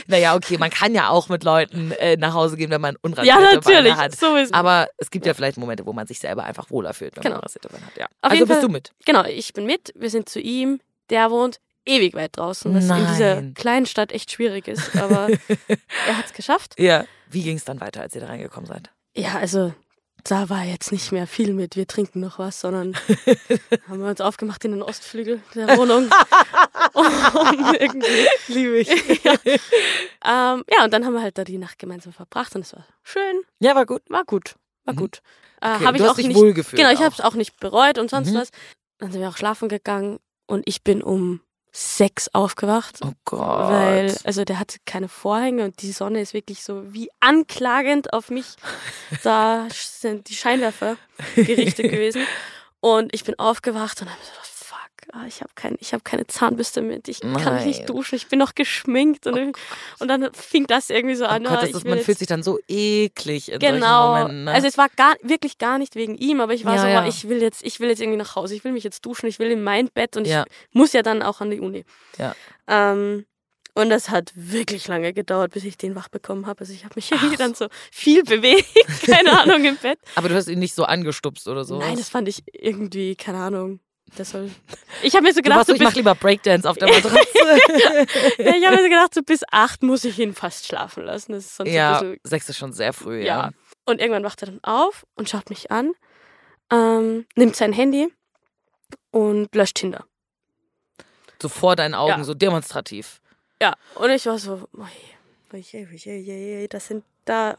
[SPEAKER 1] Naja, okay, man kann ja auch mit Leuten äh, nach Hause gehen, wenn man
[SPEAKER 8] ja,
[SPEAKER 1] unrasierte
[SPEAKER 8] natürlich.
[SPEAKER 1] Beine hat.
[SPEAKER 8] So ist
[SPEAKER 1] Aber es gibt ja vielleicht Momente, wo man sich selber einfach wohler fühlt, wenn
[SPEAKER 8] Genau.
[SPEAKER 1] man rasierte Beine hat. Ja.
[SPEAKER 8] Auf
[SPEAKER 1] also
[SPEAKER 8] jeden
[SPEAKER 1] bist
[SPEAKER 8] Fall-
[SPEAKER 1] du mit.
[SPEAKER 8] Genau, ich bin mit, wir sind zu ihm, der wohnt ewig weit draußen, was in dieser
[SPEAKER 1] Nein.
[SPEAKER 8] kleinen Stadt echt schwierig
[SPEAKER 1] [laughs]
[SPEAKER 8] ist, aber er hat es geschafft.
[SPEAKER 1] Ja. Wie ging es dann weiter, als ihr da reingekommen seid?
[SPEAKER 8] Ja, also da war jetzt nicht mehr viel mit, wir trinken noch was,
[SPEAKER 1] [laughs]
[SPEAKER 8] sondern haben wir uns aufgemacht in den Ostflügel der
[SPEAKER 1] [laughs]
[SPEAKER 8] Wohnung. und irgendwie,
[SPEAKER 1] Liebe ich.
[SPEAKER 8] [laughs] ja. Ähm, ja, und dann haben wir halt da die Nacht gemeinsam verbracht und es war schön,
[SPEAKER 1] Ja, war gut.
[SPEAKER 8] war gut, war gut. Äh,
[SPEAKER 1] Mhm. Okay,
[SPEAKER 8] hab
[SPEAKER 1] du hast dich wohlgefühlt
[SPEAKER 8] Genau, ich
[SPEAKER 1] auch.
[SPEAKER 8] habe es auch nicht bereut und sonst
[SPEAKER 1] Mhm.
[SPEAKER 8] was. Dann sind wir auch schlafen gegangen und ich bin um sechs aufgewacht.
[SPEAKER 1] Oh Gott.
[SPEAKER 8] Weil, also der hatte keine Vorhänge und die Sonne ist wirklich so wie anklagend
[SPEAKER 1] [laughs]
[SPEAKER 8] auf mich. Da sind die Scheinwerfer gerichtet gewesen. Und ich bin aufgewacht und habe so, gedacht, fuck, ah, ich habe kein, ich hab keine Zahnbürste mit, ich kann
[SPEAKER 1] Nein.
[SPEAKER 8] nicht duschen, ich bin noch geschminkt. Und, und dann fing das irgendwie so
[SPEAKER 1] Oh
[SPEAKER 8] an. ah,
[SPEAKER 1] Gott, das
[SPEAKER 8] ich
[SPEAKER 1] ist,
[SPEAKER 8] will
[SPEAKER 1] man
[SPEAKER 8] jetzt-
[SPEAKER 1] fühlt sich dann so eklig in
[SPEAKER 8] Genau.
[SPEAKER 1] solchen Momenten. Ne?
[SPEAKER 8] Also es war gar, wirklich gar nicht wegen ihm, aber ich war
[SPEAKER 1] Ja,
[SPEAKER 8] so,
[SPEAKER 1] ja.
[SPEAKER 8] boah, ich will jetzt, ich will jetzt irgendwie nach Hause, ich will mich jetzt duschen, ich will in mein Bett und
[SPEAKER 1] Ja.
[SPEAKER 8] ich muss ja dann auch an die Uni.
[SPEAKER 1] Ja.
[SPEAKER 8] Ähm, und das hat wirklich lange gedauert, bis ich den wach bekommen habe. Also ich habe mich [laughs] irgendwie dann so
[SPEAKER 1] [laughs]
[SPEAKER 8] viel bewegt, [laughs] keine Ahnung, im Bett.
[SPEAKER 1] Aber du hast ihn nicht so angestupst oder so.
[SPEAKER 8] Nein, das fand ich irgendwie, keine Ahnung, Das soll. Ich habe mir so
[SPEAKER 1] Du warst
[SPEAKER 8] gedacht,
[SPEAKER 1] so,
[SPEAKER 8] so
[SPEAKER 1] ich
[SPEAKER 8] bis,
[SPEAKER 1] mach lieber Breakdance [laughs] auf der Matratze.
[SPEAKER 8] ja, [laughs] ich habe mir so gedacht, so bis acht muss ich ihn fast schlafen lassen. Das ist sonst
[SPEAKER 1] ja,
[SPEAKER 8] ein bisschen
[SPEAKER 1] sechs ist schon sehr früh,
[SPEAKER 8] Ja.
[SPEAKER 1] ja.
[SPEAKER 8] Und irgendwann wacht er dann auf und schaut mich an, ähm, nimmt sein Handy und löscht Tinder.
[SPEAKER 1] So vor deinen Augen,
[SPEAKER 8] Ja.
[SPEAKER 1] so demonstrativ.
[SPEAKER 8] Ja, und ich war so, oi, oi, oi, oi, oi, oi, das sind da,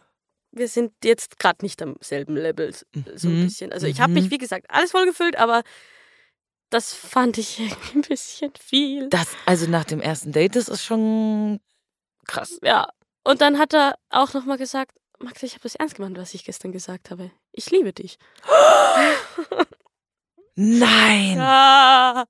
[SPEAKER 8] wir sind jetzt gerade nicht am selben Level, so ein
[SPEAKER 1] Mhm.
[SPEAKER 8] bisschen. Also ich habe mich,
[SPEAKER 1] Mhm.
[SPEAKER 8] wie gesagt, alles vollgefüllt, aber das fand ich [laughs] irgendwie ein bisschen viel.
[SPEAKER 1] Das, also nach dem ersten Date, das ist schon krass.
[SPEAKER 8] Ja, und dann hat er auch nochmal gesagt, Max, ich habe das ernst gemeint, was ich gestern gesagt habe. Ich liebe dich.
[SPEAKER 1] Nein!
[SPEAKER 8] Ja.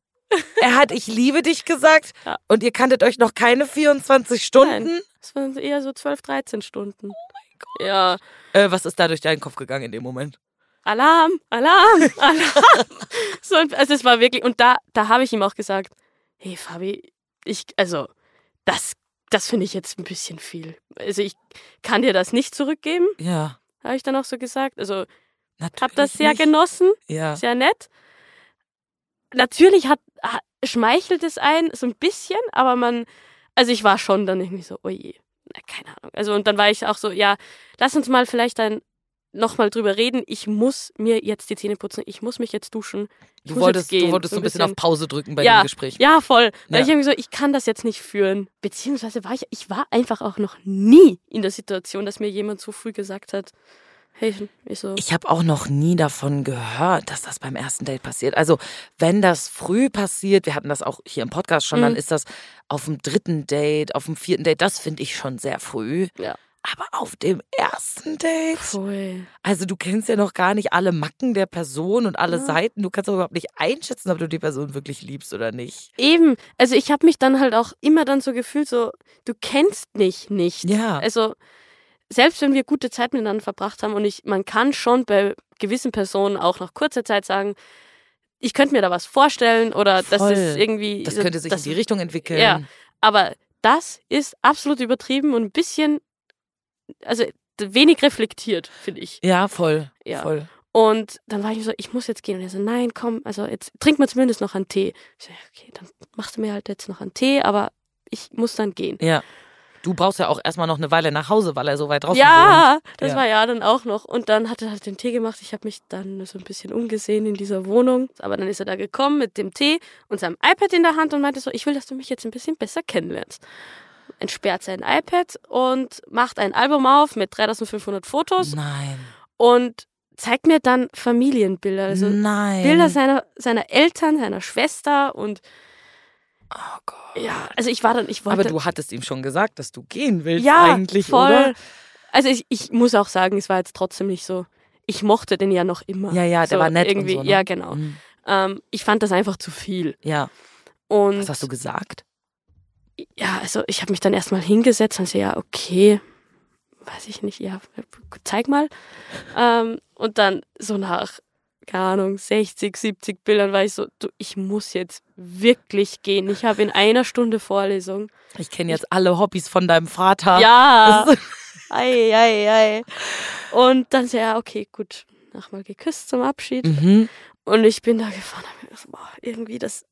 [SPEAKER 1] Er hat Ich liebe dich gesagt
[SPEAKER 8] Ja.
[SPEAKER 1] und ihr kanntet euch noch keine 24 Stunden.
[SPEAKER 8] Nein. Es waren eher so 12, 13 Stunden. Oh mein Gott. Ja.
[SPEAKER 1] Äh, was ist da durch deinen Kopf gegangen in dem Moment?
[SPEAKER 8] Alarm, Alarm, [laughs] Alarm. so, und- also es war wirklich, und da, da habe ich ihm auch gesagt, hey Fabi, ich, also, das, das finde ich jetzt ein bisschen viel. Also ich kann dir das nicht zurückgeben,
[SPEAKER 1] Ja.
[SPEAKER 8] habe ich dann auch so gesagt. Also
[SPEAKER 1] Natürlich
[SPEAKER 8] habe das sehr
[SPEAKER 1] nicht.
[SPEAKER 8] genossen,
[SPEAKER 1] Ja.
[SPEAKER 8] sehr nett. Natürlich hat, ha- schmeichelt es ein, so ein bisschen, aber man, also ich war schon dann irgendwie so, oje, na, keine Ahnung. Also und dann war ich auch so, ja, lass uns mal vielleicht dann nochmal drüber reden. Ich muss mir jetzt die Zähne putzen, ich muss mich jetzt duschen. Ich
[SPEAKER 1] Du
[SPEAKER 8] muss
[SPEAKER 1] wolltest,
[SPEAKER 8] jetzt gehen,
[SPEAKER 1] du wolltest so ein bisschen, auf Pause drücken bei dem
[SPEAKER 8] Ja,
[SPEAKER 1] Gespräch.
[SPEAKER 8] Ja, voll. Weil
[SPEAKER 1] Ja.
[SPEAKER 8] ich irgendwie so, ich kann das jetzt nicht führen. Beziehungsweise war ich, ich war einfach auch noch nie in der Situation, dass mir jemand so früh gesagt hat, hey, ich so,
[SPEAKER 1] Ich habe auch noch nie davon gehört, dass das beim ersten Date passiert. Also, wenn das früh passiert, wir hatten das auch hier im Podcast schon, dann
[SPEAKER 8] Mhm.
[SPEAKER 1] ist das auf dem dritten Date, auf dem vierten Date, das finde ich schon sehr früh.
[SPEAKER 8] Ja.
[SPEAKER 1] Aber auf dem ersten Date.
[SPEAKER 8] voll.
[SPEAKER 1] Also, du kennst ja noch gar nicht alle Macken der Person und alle
[SPEAKER 8] Ja.
[SPEAKER 1] Seiten. Du kannst auch überhaupt nicht einschätzen, ob du die Person wirklich liebst oder nicht.
[SPEAKER 8] Eben, also ich habe mich dann halt auch immer dann so gefühlt, so, du kennst mich nicht.
[SPEAKER 1] Ja.
[SPEAKER 8] Also, selbst wenn wir gute Zeit miteinander verbracht haben und ich, man kann schon bei gewissen Personen auch nach kurzer Zeit sagen, ich könnte mir da was vorstellen oder das
[SPEAKER 1] Voll.
[SPEAKER 8] ist irgendwie.
[SPEAKER 1] Das könnte sich
[SPEAKER 8] das-
[SPEAKER 1] in die Richtung entwickeln.
[SPEAKER 8] Ja. Aber das ist absolut übertrieben und ein bisschen, also wenig reflektiert, finde ich.
[SPEAKER 1] Ja, voll.
[SPEAKER 8] Ja.
[SPEAKER 1] Voll.
[SPEAKER 8] Und dann war ich so, ich muss jetzt gehen. Und er so, nein, komm, also jetzt trink mal zumindest noch einen Tee. Ich so, ja, okay, dann machst du mir halt jetzt noch einen Tee, aber ich muss dann gehen.
[SPEAKER 1] Ja. Du brauchst ja auch erstmal noch eine Weile nach Hause, weil er so weit draußen wohnt.
[SPEAKER 8] Ja, das
[SPEAKER 1] Ja.
[SPEAKER 8] war ja dann auch noch. Und dann hat er halt den Tee gemacht. Ich habe mich dann so ein bisschen umgesehen in dieser Wohnung. Aber dann ist er da gekommen mit dem Tee und seinem iPad in der Hand und meinte so, ich will, dass du mich jetzt ein bisschen besser kennenlernst. Entsperrt sein iPad und macht ein Album auf mit 3500 Fotos
[SPEAKER 1] Nein.
[SPEAKER 8] und zeigt mir dann Familienbilder. Also
[SPEAKER 1] Mhm. Nein.
[SPEAKER 8] Bilder seiner, seiner Eltern, seiner Schwester und
[SPEAKER 1] Oh Gott.
[SPEAKER 8] ja, also ich war dann, ich wollte.
[SPEAKER 1] Aber du hattest ihm schon gesagt, dass du gehen willst
[SPEAKER 8] ja,
[SPEAKER 1] eigentlich,
[SPEAKER 8] voll.
[SPEAKER 1] oder?
[SPEAKER 8] Also ich, ich muss auch sagen, es war jetzt trotzdem nicht so. Ich mochte den ja noch immer.
[SPEAKER 1] Ja, ja, der
[SPEAKER 8] so
[SPEAKER 1] war nett und
[SPEAKER 8] Irgendwie,
[SPEAKER 1] so, ne?
[SPEAKER 8] Ja, genau.
[SPEAKER 1] Mhm.
[SPEAKER 8] Ähm, ich fand das einfach zu viel.
[SPEAKER 1] Ja.
[SPEAKER 8] Und
[SPEAKER 1] Was hast du gesagt?
[SPEAKER 8] ja, also ich habe mich dann erstmal hingesetzt und so, ja, okay, weiß ich nicht, ja, zeig mal. Ähm, und dann so nach, keine Ahnung, 60, 70 Bildern war ich so, du, ich muss jetzt wirklich gehen. Ich habe in einer Stunde Vorlesung.
[SPEAKER 1] Ich kenne jetzt alle Hobbys von deinem Vater.
[SPEAKER 8] Ja.
[SPEAKER 1] Das ist-
[SPEAKER 8] Ei, ei, ei. Und dann so, ja, okay, gut, nochmal geküsst zum Abschied.
[SPEAKER 1] Mhm.
[SPEAKER 8] Und ich bin da gefahren, hab mir gedacht, boah, irgendwie das,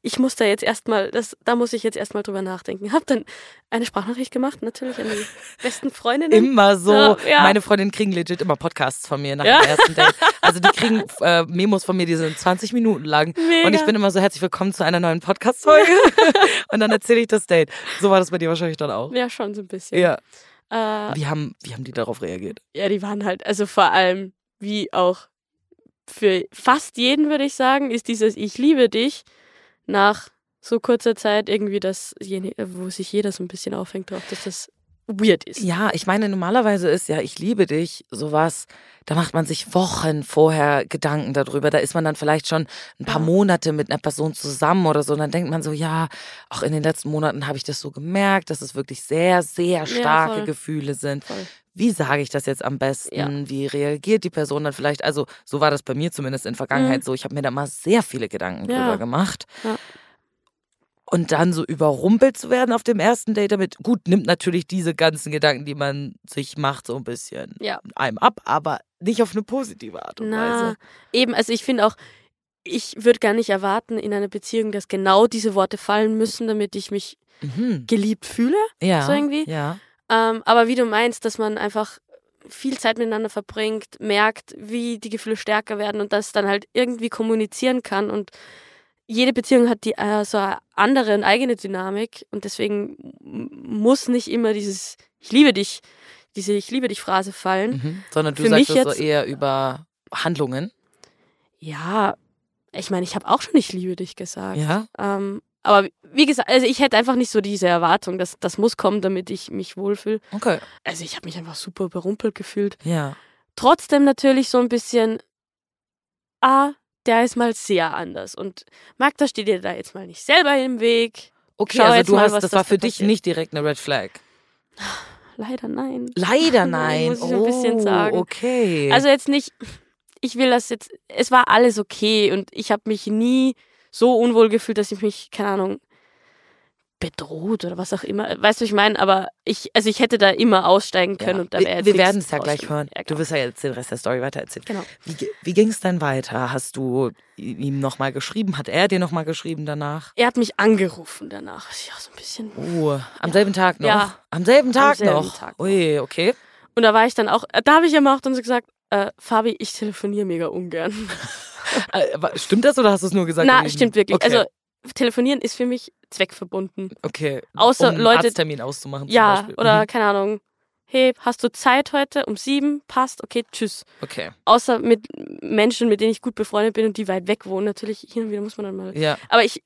[SPEAKER 8] ich muss da jetzt erstmal, das, da muss ich jetzt erstmal drüber nachdenken. Hab dann eine Sprachnachricht gemacht, natürlich an die besten Freundinnen.
[SPEAKER 1] Immer so.
[SPEAKER 8] Ja, ja.
[SPEAKER 1] Meine Freundin kriegen legit immer Podcasts von mir nach
[SPEAKER 8] Ja.
[SPEAKER 1] dem ersten Date. Also die kriegen äh, Memos von mir, die sind 20 Minuten lang.
[SPEAKER 8] Mega.
[SPEAKER 1] Und ich bin immer so herzlich willkommen zu einer neuen [laughs] Podcast-Folge. und dann erzähle ich das Date. So war das bei dir wahrscheinlich dann auch.
[SPEAKER 8] ja, schon so ein bisschen.
[SPEAKER 1] Ja.
[SPEAKER 8] Äh,
[SPEAKER 1] Wie haben, wie haben die darauf reagiert?
[SPEAKER 8] ja, die waren halt, also vor allem, wie auch für fast jeden, würde ich sagen, ist dieses Ich liebe dich nach so kurzer Zeit irgendwie das, wo sich jeder so ein bisschen aufhängt drauf, dass das weird ist.
[SPEAKER 1] Ja, ich meine, normalerweise ist ja, ich liebe dich, sowas, da macht man sich Wochen vorher Gedanken darüber. Da ist man dann vielleicht schon ein paar
[SPEAKER 8] Ja.
[SPEAKER 1] Monate mit einer Person zusammen oder so. Und dann denkt man so, ja, auch in den letzten Monaten habe ich das so gemerkt, dass es wirklich sehr, sehr starke
[SPEAKER 8] voll.
[SPEAKER 1] Gefühle sind.
[SPEAKER 8] Voll.
[SPEAKER 1] Wie sage ich das jetzt am besten?
[SPEAKER 8] Ja.
[SPEAKER 1] Wie reagiert die Person dann vielleicht? Also, so war das bei mir zumindest in Vergangenheit so. Ich habe mir da mal sehr viele Gedanken
[SPEAKER 8] Mhm. Ja.
[SPEAKER 1] drüber gemacht.
[SPEAKER 8] Ja.
[SPEAKER 1] Und dann so überrumpelt zu werden auf dem ersten Date damit, gut, nimmt natürlich diese ganzen Gedanken, die man sich macht, so ein bisschen
[SPEAKER 8] Ja.
[SPEAKER 1] einem ab, aber nicht auf eine positive Art und
[SPEAKER 8] Na,
[SPEAKER 1] Weise.
[SPEAKER 8] eben, also ich finde auch, ich würde gar nicht erwarten in einer Beziehung, dass genau diese Worte fallen müssen, damit ich mich
[SPEAKER 1] Mhm.
[SPEAKER 8] geliebt fühle.
[SPEAKER 1] Ja.
[SPEAKER 8] So irgendwie?
[SPEAKER 1] Ja.
[SPEAKER 8] Ähm, aber wie du meinst, dass man einfach viel Zeit miteinander verbringt, merkt, wie die Gefühle stärker werden und das dann halt irgendwie kommunizieren kann. Und jede Beziehung hat die äh, so eine andere und eigene Dynamik und deswegen m- muss nicht immer dieses Ich liebe dich, diese Ich liebe dich Phrase fallen.
[SPEAKER 1] Mhm. Sondern du
[SPEAKER 8] Für
[SPEAKER 1] sagst
[SPEAKER 8] mich
[SPEAKER 1] das so
[SPEAKER 8] jetzt-
[SPEAKER 1] eher über Handlungen.
[SPEAKER 8] Ja, ich meine, ich habe auch schon Ich liebe dich gesagt.
[SPEAKER 1] Ja.
[SPEAKER 8] Ähm, aber wie gesagt, also ich hätte einfach nicht so diese Erwartung, dass das muss kommen, damit ich mich wohlfühle.
[SPEAKER 1] Okay.
[SPEAKER 8] Also ich habe mich einfach super überrumpelt gefühlt.
[SPEAKER 1] Ja.
[SPEAKER 8] trotzdem natürlich so ein bisschen, ah, der ist mal sehr anders. Und Magda steht dir da jetzt mal nicht selber im Weg.
[SPEAKER 1] Okay,
[SPEAKER 8] Schau jetzt
[SPEAKER 1] also du
[SPEAKER 8] mal,
[SPEAKER 1] hast,
[SPEAKER 8] was
[SPEAKER 1] das
[SPEAKER 8] das
[SPEAKER 1] war
[SPEAKER 8] da
[SPEAKER 1] für dich
[SPEAKER 8] passiert.
[SPEAKER 1] nicht direkt eine Red Flag.
[SPEAKER 8] Leider nein. [laughs]
[SPEAKER 1] Leider nein.
[SPEAKER 8] Muss ich ein bisschen
[SPEAKER 1] oh,
[SPEAKER 8] sagen.
[SPEAKER 1] Okay.
[SPEAKER 8] Also jetzt nicht, ich will das jetzt, es war alles okay und ich habe mich nie so unwohl gefühlt, dass ich mich, keine Ahnung, bedroht oder was auch immer. Weißt du, was ich meine? Aber ich, also ich hätte da immer aussteigen können und da wäre
[SPEAKER 1] wir
[SPEAKER 8] jetzt
[SPEAKER 1] wir
[SPEAKER 8] nichts
[SPEAKER 1] werden es ja
[SPEAKER 8] draus
[SPEAKER 1] gleich hören.
[SPEAKER 8] geworden. Ja,
[SPEAKER 1] Du wirst ja jetzt den Rest der Story weitererzählen.
[SPEAKER 8] Genau.
[SPEAKER 1] Wie, ge- wie ging es denn weiter? Hast du i- ihm nochmal geschrieben? Hat er dir nochmal geschrieben danach?
[SPEAKER 8] er hat mich angerufen danach. Ist ja auch so ein bisschen
[SPEAKER 1] Oh, am selben Tag noch?
[SPEAKER 8] Ja.
[SPEAKER 1] Am selben Tag
[SPEAKER 8] selben
[SPEAKER 1] noch?
[SPEAKER 8] Tag noch.
[SPEAKER 1] Ui, okay.
[SPEAKER 8] Und da war ich dann auch, da habe ich ja mal auch dann so gesagt, äh, Fabi, ich telefoniere mega ungern.
[SPEAKER 1] Äh, aber Stimmt das oder hast du es nur gesagt? um
[SPEAKER 8] Na,
[SPEAKER 1] ihn-
[SPEAKER 8] stimmt wirklich.
[SPEAKER 1] Okay.
[SPEAKER 8] Also telefonieren ist für mich zweckverbunden.
[SPEAKER 1] okay.
[SPEAKER 8] außer
[SPEAKER 1] um einen
[SPEAKER 8] Leute-
[SPEAKER 1] Arzttermin auszumachen zum
[SPEAKER 8] Ja,
[SPEAKER 1] Beispiel.
[SPEAKER 8] oder
[SPEAKER 1] Mhm.
[SPEAKER 8] keine Ahnung. Hey, hast du Zeit heute um sieben? Passt, okay, tschüss.
[SPEAKER 1] Okay,
[SPEAKER 8] Außer mit Menschen, mit denen ich gut befreundet bin und die weit weg wohnen. Natürlich, hin und wieder muss man dann mal.
[SPEAKER 1] ja.
[SPEAKER 8] Aber ich,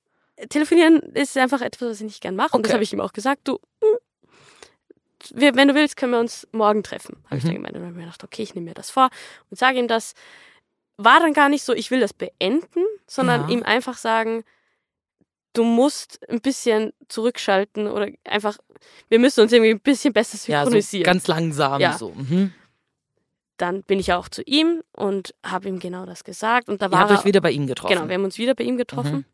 [SPEAKER 8] telefonieren ist einfach etwas, was ich nicht gern mache. Und das
[SPEAKER 1] Okay.
[SPEAKER 8] habe ich ihm auch gesagt. Du, hm, wir, wenn du willst, können wir uns morgen treffen. Habe ich
[SPEAKER 1] Mhm.
[SPEAKER 8] dann gemeint. Und dann habe ich mir gedacht, okay, ich nehme mir das vor und sage ihm das. War dann gar nicht so, ich will das beenden,
[SPEAKER 1] Ja.
[SPEAKER 8] sondern ihm einfach sagen, du musst ein bisschen zurückschalten oder einfach, wir müssen uns irgendwie ein bisschen besser
[SPEAKER 1] ja so
[SPEAKER 8] synchronisieren.
[SPEAKER 1] ganz langsam
[SPEAKER 8] Ja.
[SPEAKER 1] so. Mhm.
[SPEAKER 8] dann bin ich ja auch zu ihm und habe ihm genau das gesagt. Und da
[SPEAKER 1] Ihr
[SPEAKER 8] war
[SPEAKER 1] habt
[SPEAKER 8] er
[SPEAKER 1] euch wieder bei ihm getroffen. Mhm.
[SPEAKER 8] Genau, wir haben uns wieder bei ihm getroffen.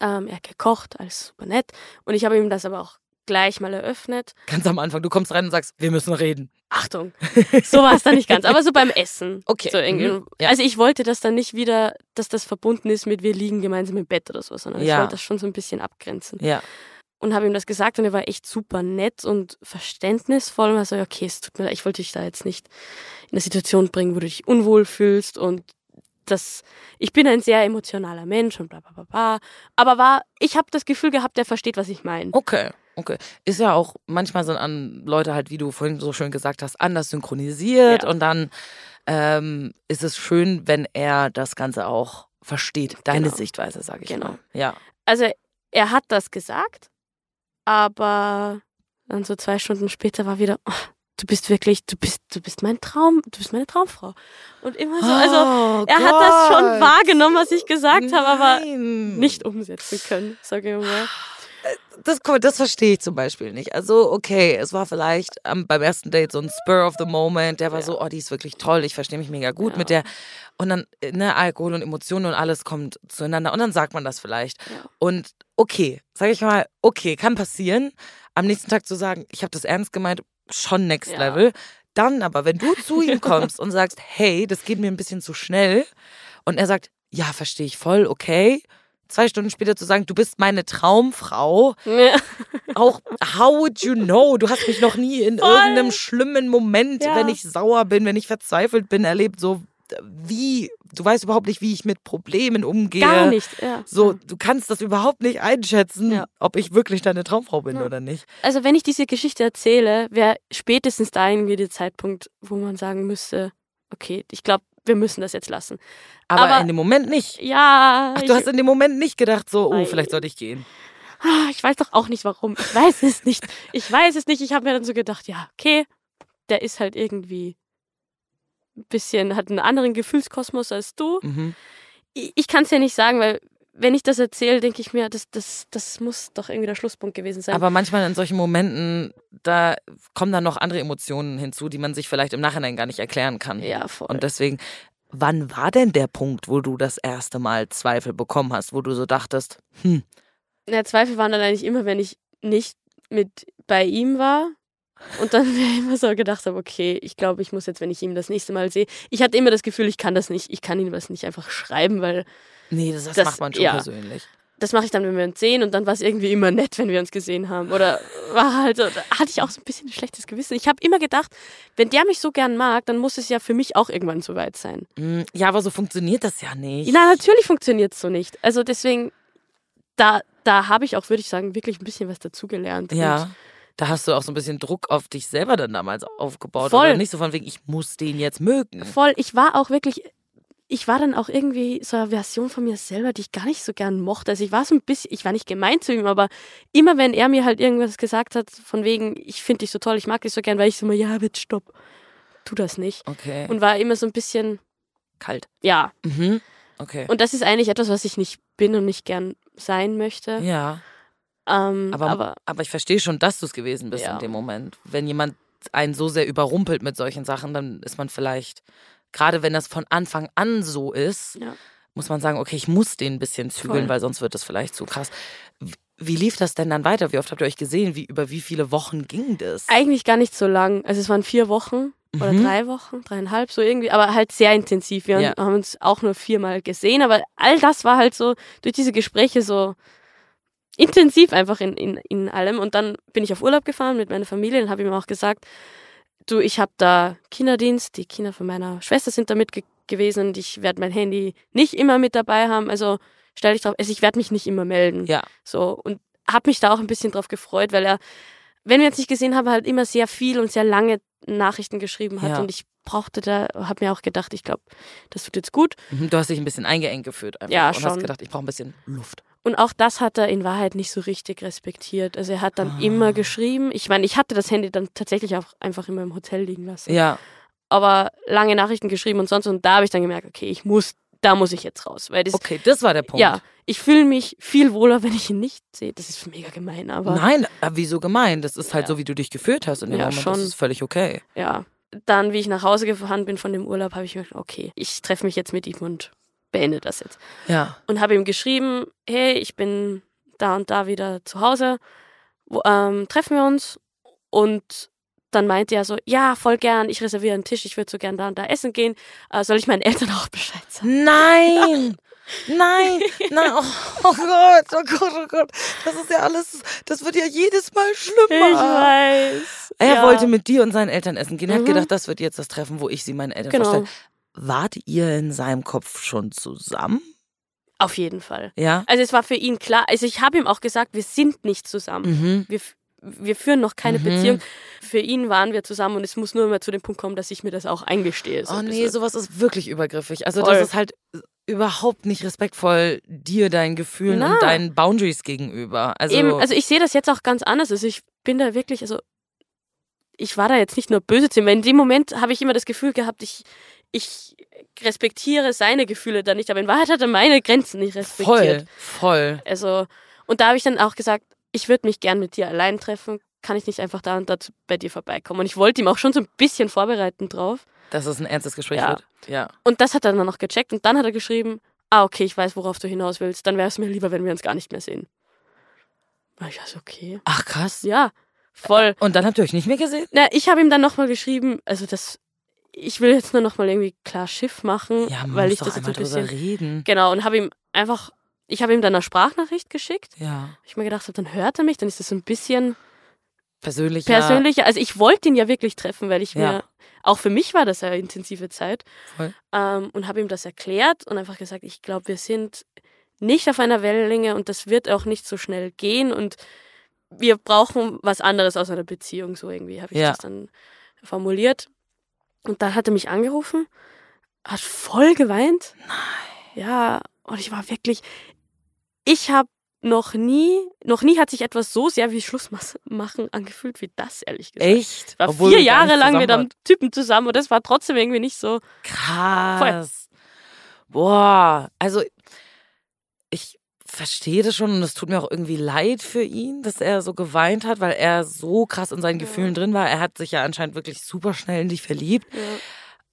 [SPEAKER 8] Ähm, er hat gekocht, alles super nett. Und ich habe ihm das aber auch gleich mal eröffnet.
[SPEAKER 1] Ganz am Anfang, du kommst rein und sagst, wir müssen reden. [laughs]
[SPEAKER 8] Achtung, so war es dann nicht ganz, aber so beim Essen.
[SPEAKER 1] Okay.
[SPEAKER 8] So irgendwie.
[SPEAKER 1] Mhm. Ja.
[SPEAKER 8] Also ich wollte das dann nicht wieder, dass das verbunden ist mit wir liegen gemeinsam im Bett oder so, sondern ich
[SPEAKER 1] Ja.
[SPEAKER 8] wollte das schon so ein bisschen abgrenzen.
[SPEAKER 1] Ja.
[SPEAKER 8] Und habe ihm das gesagt und er war echt super nett und verständnisvoll. Und er so, ja, okay, es tut mir leid, ich wollte dich da jetzt nicht in eine Situation bringen, wo du dich unwohl fühlst und das, ich bin ein sehr emotionaler Mensch und bla bla bla bla. Aber war, ich habe das Gefühl gehabt, der versteht, was ich meine.
[SPEAKER 1] Okay, okay. Ist ja auch, manchmal sind an Leute halt, wie du vorhin so schön gesagt hast, anders synchronisiert
[SPEAKER 8] Ja.
[SPEAKER 1] und dann ähm, ist es schön, wenn er das Ganze auch versteht. Deine
[SPEAKER 8] Genau.
[SPEAKER 1] Sichtweise, sage ich
[SPEAKER 8] Genau.
[SPEAKER 1] mal. Ja.
[SPEAKER 8] Also er hat das gesagt, aber dann so zwei Stunden später war wieder, oh, du bist wirklich, du bist, du bist mein Traum, du bist meine Traumfrau. Und immer so, also
[SPEAKER 1] Oh
[SPEAKER 8] er hat das schon wahrgenommen, was ich gesagt habe, aber nicht umsetzen können, sage ich mal.
[SPEAKER 1] das, guck mal, das verstehe ich zum Beispiel nicht. Also, okay, es war vielleicht ähm, beim ersten Date so ein Spur of the Moment, der war so, oh, die ist wirklich toll, ich verstehe mich mega gut
[SPEAKER 8] Ja.
[SPEAKER 1] mit der. Und dann, äh, ne, Alkohol und Emotionen und alles kommt zueinander und dann sagt man das vielleicht.
[SPEAKER 8] Ja.
[SPEAKER 1] Und okay, sage ich mal, okay, kann passieren. Am nächsten Tag zu sagen, ich habe das ernst gemeint, schon next
[SPEAKER 8] Ja.
[SPEAKER 1] level. Dann aber, wenn du zu
[SPEAKER 8] [laughs]
[SPEAKER 1] ihm kommst und sagst, hey, das geht mir ein bisschen zu schnell und er sagt, ja, verstehe ich voll, okay. Zwei Stunden später zu sagen, du bist meine Traumfrau,
[SPEAKER 8] Ja.
[SPEAKER 1] auch how would you know? Du hast mich noch nie in
[SPEAKER 8] Voll.
[SPEAKER 1] irgendeinem schlimmen Moment,
[SPEAKER 8] Ja.
[SPEAKER 1] wenn ich sauer bin, wenn ich verzweifelt bin, erlebt. So wie du weißt überhaupt nicht, wie ich mit Problemen umgehe.
[SPEAKER 8] Gar nicht, ja.
[SPEAKER 1] So, du kannst das überhaupt nicht einschätzen,
[SPEAKER 8] Ja.
[SPEAKER 1] ob ich wirklich deine Traumfrau bin oder nicht.
[SPEAKER 8] Also wenn ich diese Geschichte erzähle, wäre spätestens da irgendwie der Zeitpunkt, wo man sagen müsste, okay, ich glaube, wir müssen das jetzt lassen.
[SPEAKER 1] Aber,
[SPEAKER 8] Aber-
[SPEAKER 1] in dem Moment nicht.
[SPEAKER 8] Ja,
[SPEAKER 1] Ach,
[SPEAKER 8] ich-
[SPEAKER 1] du hast in dem Moment nicht gedacht, so, oh,
[SPEAKER 8] Nein.
[SPEAKER 1] vielleicht sollte ich gehen.
[SPEAKER 8] Ah, ich weiß doch auch nicht warum. Ich weiß es nicht. Ich weiß es nicht. Ich habe mir dann so gedacht, ja, okay, der ist halt irgendwie ein bisschen, hat einen anderen Gefühlskosmos als du.
[SPEAKER 1] Mhm.
[SPEAKER 8] Ich, ich kann es ja nicht sagen, weil wenn ich das erzähle, denke ich mir, das, das, das muss doch irgendwie der Schlusspunkt gewesen sein.
[SPEAKER 1] Aber manchmal in solchen Momenten, da kommen dann noch andere Emotionen hinzu, die man sich vielleicht im Nachhinein gar nicht erklären kann.
[SPEAKER 8] ja, voll.
[SPEAKER 1] Und deswegen, wann war denn der Punkt, wo du das erste Mal Zweifel bekommen hast, wo du so dachtest, hm,
[SPEAKER 8] Ja, Zweifel waren dann eigentlich immer, wenn ich nicht mit bei ihm war. Und dann [laughs] mir immer so gedacht habe, okay, ich glaube, ich muss jetzt, wenn ich ihn das nächste Mal sehe, ich hatte immer das Gefühl, ich kann das nicht, ich kann ihm das nicht einfach schreiben, weil
[SPEAKER 1] Nee, das, das,
[SPEAKER 8] Das-
[SPEAKER 1] macht man schon
[SPEAKER 8] ja.
[SPEAKER 1] persönlich.
[SPEAKER 8] das mache ich dann, wenn wir uns sehen und dann war es irgendwie immer nett, wenn wir uns gesehen haben. Oder war halt, so- da hatte ich auch so ein bisschen ein schlechtes Gewissen. Ich habe immer gedacht, wenn der mich so gern mag, dann muss es ja für mich auch irgendwann so weit sein.
[SPEAKER 1] Mm, Ja, aber so funktioniert das ja nicht.
[SPEAKER 8] Na, natürlich funktioniert es so nicht. Also deswegen, da, da habe ich auch, würde ich sagen, wirklich ein bisschen was dazugelernt.
[SPEAKER 1] Ja. Da hast du auch so ein bisschen Druck auf dich selber dann damals aufgebaut.
[SPEAKER 8] Voll.
[SPEAKER 1] Oder nicht so von wegen, ich muss den jetzt mögen.
[SPEAKER 8] Und voll, ich war auch wirklich, ich war dann auch irgendwie so eine Version von mir selber, die ich gar nicht so gern mochte. Also ich war so ein bisschen, ich war nicht gemein zu ihm, aber immer wenn er mir halt irgendwas gesagt hat, von wegen, ich finde dich so toll, ich mag dich so gern, war ich so immer, ja, bitte stopp, tu das nicht.
[SPEAKER 1] Okay.
[SPEAKER 8] Und war immer so ein bisschen,
[SPEAKER 1] kalt.
[SPEAKER 8] ja.
[SPEAKER 1] Mhm. Okay.
[SPEAKER 8] Und das ist eigentlich etwas, was ich nicht bin und nicht gern sein möchte.
[SPEAKER 1] ja.
[SPEAKER 8] Ähm,
[SPEAKER 1] Aber,
[SPEAKER 8] aber,
[SPEAKER 1] aber, ich verstehe schon, dass du es gewesen bist
[SPEAKER 8] Ja.
[SPEAKER 1] in dem Moment. Wenn jemand einen so sehr überrumpelt mit solchen Sachen, dann ist man vielleicht, gerade wenn das von Anfang an so ist,
[SPEAKER 8] Ja.
[SPEAKER 1] muss man sagen, okay, ich muss den ein bisschen zügeln,
[SPEAKER 8] Voll.
[SPEAKER 1] weil sonst wird das vielleicht zu krass. Wie- Wie lief das denn dann weiter? Wie oft habt ihr euch gesehen? Wie, über wie viele Wochen ging das?
[SPEAKER 8] eigentlich gar nicht so lang. Also es waren vier Wochen oder
[SPEAKER 1] Mhm.
[SPEAKER 8] drei Wochen, dreieinhalb, so irgendwie, aber halt sehr intensiv. Wir
[SPEAKER 1] Ja.
[SPEAKER 8] haben uns auch nur viermal gesehen, aber all das war halt so durch diese Gespräche so intensiv einfach in, in, in allem. Und dann bin ich auf Urlaub gefahren mit meiner Familie und habe ihm auch gesagt, du, ich habe da Kinderdienst, die Kinder von meiner Schwester sind da mit ge gewesen und ich werde mein Handy nicht immer mit dabei haben. Also stell dich drauf, also ich werde mich nicht immer melden.
[SPEAKER 1] Ja.
[SPEAKER 8] So und habe mich da auch ein bisschen drauf gefreut, weil er, wenn wir uns nicht gesehen haben, halt immer sehr viel und sehr lange Nachrichten geschrieben hat
[SPEAKER 1] Ja.
[SPEAKER 8] und ich brauchte da, habe mir auch gedacht, ich glaube, das tut jetzt gut.
[SPEAKER 1] Mhm, Du hast dich ein bisschen eingeengt gefühlt einfach
[SPEAKER 8] Ja,
[SPEAKER 1] und hast
[SPEAKER 8] schon.
[SPEAKER 1] gedacht, ich brauche ein bisschen Luft.
[SPEAKER 8] Und auch das hat er in Wahrheit nicht so richtig respektiert. Also er hat
[SPEAKER 1] Ah.
[SPEAKER 8] dann immer geschrieben. Ich meine, ich hatte das Handy dann tatsächlich auch einfach immer im Hotel liegen lassen.
[SPEAKER 1] Ja,
[SPEAKER 8] Aber lange Nachrichten geschrieben und sonst und da habe ich dann gemerkt, okay, ich muss, da muss ich jetzt raus, weil das,
[SPEAKER 1] okay, das war der Punkt.
[SPEAKER 8] ja, ich fühle mich viel wohler, wenn ich ihn nicht sehe. Das ist mega gemein, aber
[SPEAKER 1] Nein, aber wieso gemein? Das ist halt
[SPEAKER 8] Ja.
[SPEAKER 1] so, wie du dich gefühlt hast in dem
[SPEAKER 8] Ja,
[SPEAKER 1] Moment.
[SPEAKER 8] schon.
[SPEAKER 1] Das ist völlig okay.
[SPEAKER 8] ja, dann, wie ich nach Hause gefahren bin von dem Urlaub, habe ich mir gedacht, okay, ich treffe mich jetzt mit ihm und beende das jetzt.
[SPEAKER 1] Ja.
[SPEAKER 8] Und habe ihm geschrieben, hey, ich bin da und da wieder zu Hause, wo, ähm, treffen wir uns. Und dann meinte er so, ja, voll gern, ich reserviere einen Tisch, ich würde so gern da und da essen gehen. Äh, soll ich meinen Eltern [laughs] auch Bescheid sagen?
[SPEAKER 1] Nein! Nein! Nein! Oh, oh Gott, oh Gott, oh Gott. Das ist ja alles, das wird ja jedes Mal schlimmer. Ah,
[SPEAKER 8] weiß.
[SPEAKER 1] Er
[SPEAKER 8] ja.
[SPEAKER 1] wollte mit dir und seinen Eltern essen gehen. Er hat
[SPEAKER 8] Mhm.
[SPEAKER 1] gedacht, das wird jetzt das Treffen, wo ich sie meinen Eltern
[SPEAKER 8] Genau.
[SPEAKER 1] vorstelle. Wart ihr in seinem Kopf schon zusammen?
[SPEAKER 8] Auf jeden Fall.
[SPEAKER 1] Ja?
[SPEAKER 8] Also es war für ihn klar, also ich habe ihm auch gesagt, wir sind nicht zusammen.
[SPEAKER 1] Mhm.
[SPEAKER 8] wir, f- wir führen noch keine
[SPEAKER 1] Mhm.
[SPEAKER 8] Beziehung. Für ihn waren wir zusammen und es muss nur immer zu dem Punkt kommen, dass ich mir das auch eingestehe. So
[SPEAKER 1] Oh
[SPEAKER 8] ein
[SPEAKER 1] nee,
[SPEAKER 8] bisschen.
[SPEAKER 1] sowas ist wirklich übergriffig. Also
[SPEAKER 8] Voll.
[SPEAKER 1] das ist halt überhaupt nicht respektvoll dir, deinen Gefühlen
[SPEAKER 8] Na.
[SPEAKER 1] und deinen Boundaries gegenüber. Also,
[SPEAKER 8] Eben, also ich sehe das jetzt auch ganz anders. Also ich bin da wirklich, also ich war da jetzt nicht nur böse zu ihm, weil in dem Moment habe ich immer das Gefühl gehabt, ich, ich respektiere seine Gefühle da nicht, aber in Wahrheit hat er meine Grenzen nicht respektiert.
[SPEAKER 1] voll, voll.
[SPEAKER 8] Also, und da habe ich dann auch gesagt, ich würde mich gern mit dir allein treffen, kann ich nicht einfach da und da zu- bei dir vorbeikommen. Und ich wollte ihm auch schon so ein bisschen vorbereiten drauf.
[SPEAKER 1] Dass es ein ernstes Gespräch
[SPEAKER 8] Ja.
[SPEAKER 1] wird. Ja.
[SPEAKER 8] Und das hat er dann noch gecheckt und dann hat er geschrieben, ah, okay, ich weiß, worauf du hinaus willst, dann wäre es mir lieber, wenn wir uns gar nicht mehr sehen. Na, ich war so, okay.
[SPEAKER 1] Ach krass.
[SPEAKER 8] Ja, voll.
[SPEAKER 1] Und dann habt ihr euch nicht mehr gesehen?
[SPEAKER 8] Na, ich habe ihm dann nochmal geschrieben, also das, ich will jetzt nur nochmal irgendwie klar Schiff machen,
[SPEAKER 1] Ja, man
[SPEAKER 8] weil
[SPEAKER 1] muss
[SPEAKER 8] ich
[SPEAKER 1] doch
[SPEAKER 8] das jetzt ein
[SPEAKER 1] einmal
[SPEAKER 8] bisschen...
[SPEAKER 1] drüber reden.
[SPEAKER 8] Genau, und habe ihm einfach, ich habe ihm dann eine Sprachnachricht geschickt.
[SPEAKER 1] Ja.
[SPEAKER 8] Ich mir gedacht habe, dann hört er mich, dann ist das so ein bisschen
[SPEAKER 1] Persönlich.
[SPEAKER 8] persönlicher. Also ich wollte ihn ja wirklich treffen, weil ich
[SPEAKER 1] Ja.
[SPEAKER 8] mir, auch für mich war das eine intensive Zeit.
[SPEAKER 1] Voll.
[SPEAKER 8] Ähm, und habe ihm das erklärt und einfach gesagt, ich glaube, wir sind nicht auf einer Wellenlänge und das wird auch nicht so schnell gehen und wir brauchen was anderes aus einer Beziehung, so irgendwie habe ich
[SPEAKER 1] Ja.
[SPEAKER 8] das dann formuliert. Und dann hat er mich angerufen, hat voll geweint. Nein. Ja, und ich war wirklich, ich habe noch nie, noch nie hat sich etwas so sehr wie Schluss mas- machen angefühlt wie das, ehrlich
[SPEAKER 1] Ja.
[SPEAKER 8] gesagt.
[SPEAKER 1] Echt?
[SPEAKER 8] Ich war
[SPEAKER 1] Obwohl
[SPEAKER 8] vier
[SPEAKER 1] ihr gar nicht
[SPEAKER 8] Jahre lang mit
[SPEAKER 1] zusammen
[SPEAKER 8] einem Typen zusammen und das war trotzdem irgendwie nicht so.
[SPEAKER 1] wart. Krass. Boah. Also ich verstehe das schon und es tut mir auch irgendwie leid für ihn, dass er so geweint hat, weil er so krass in seinen Gefühlen drin war. Er hat sich ja anscheinend wirklich super schnell in dich verliebt.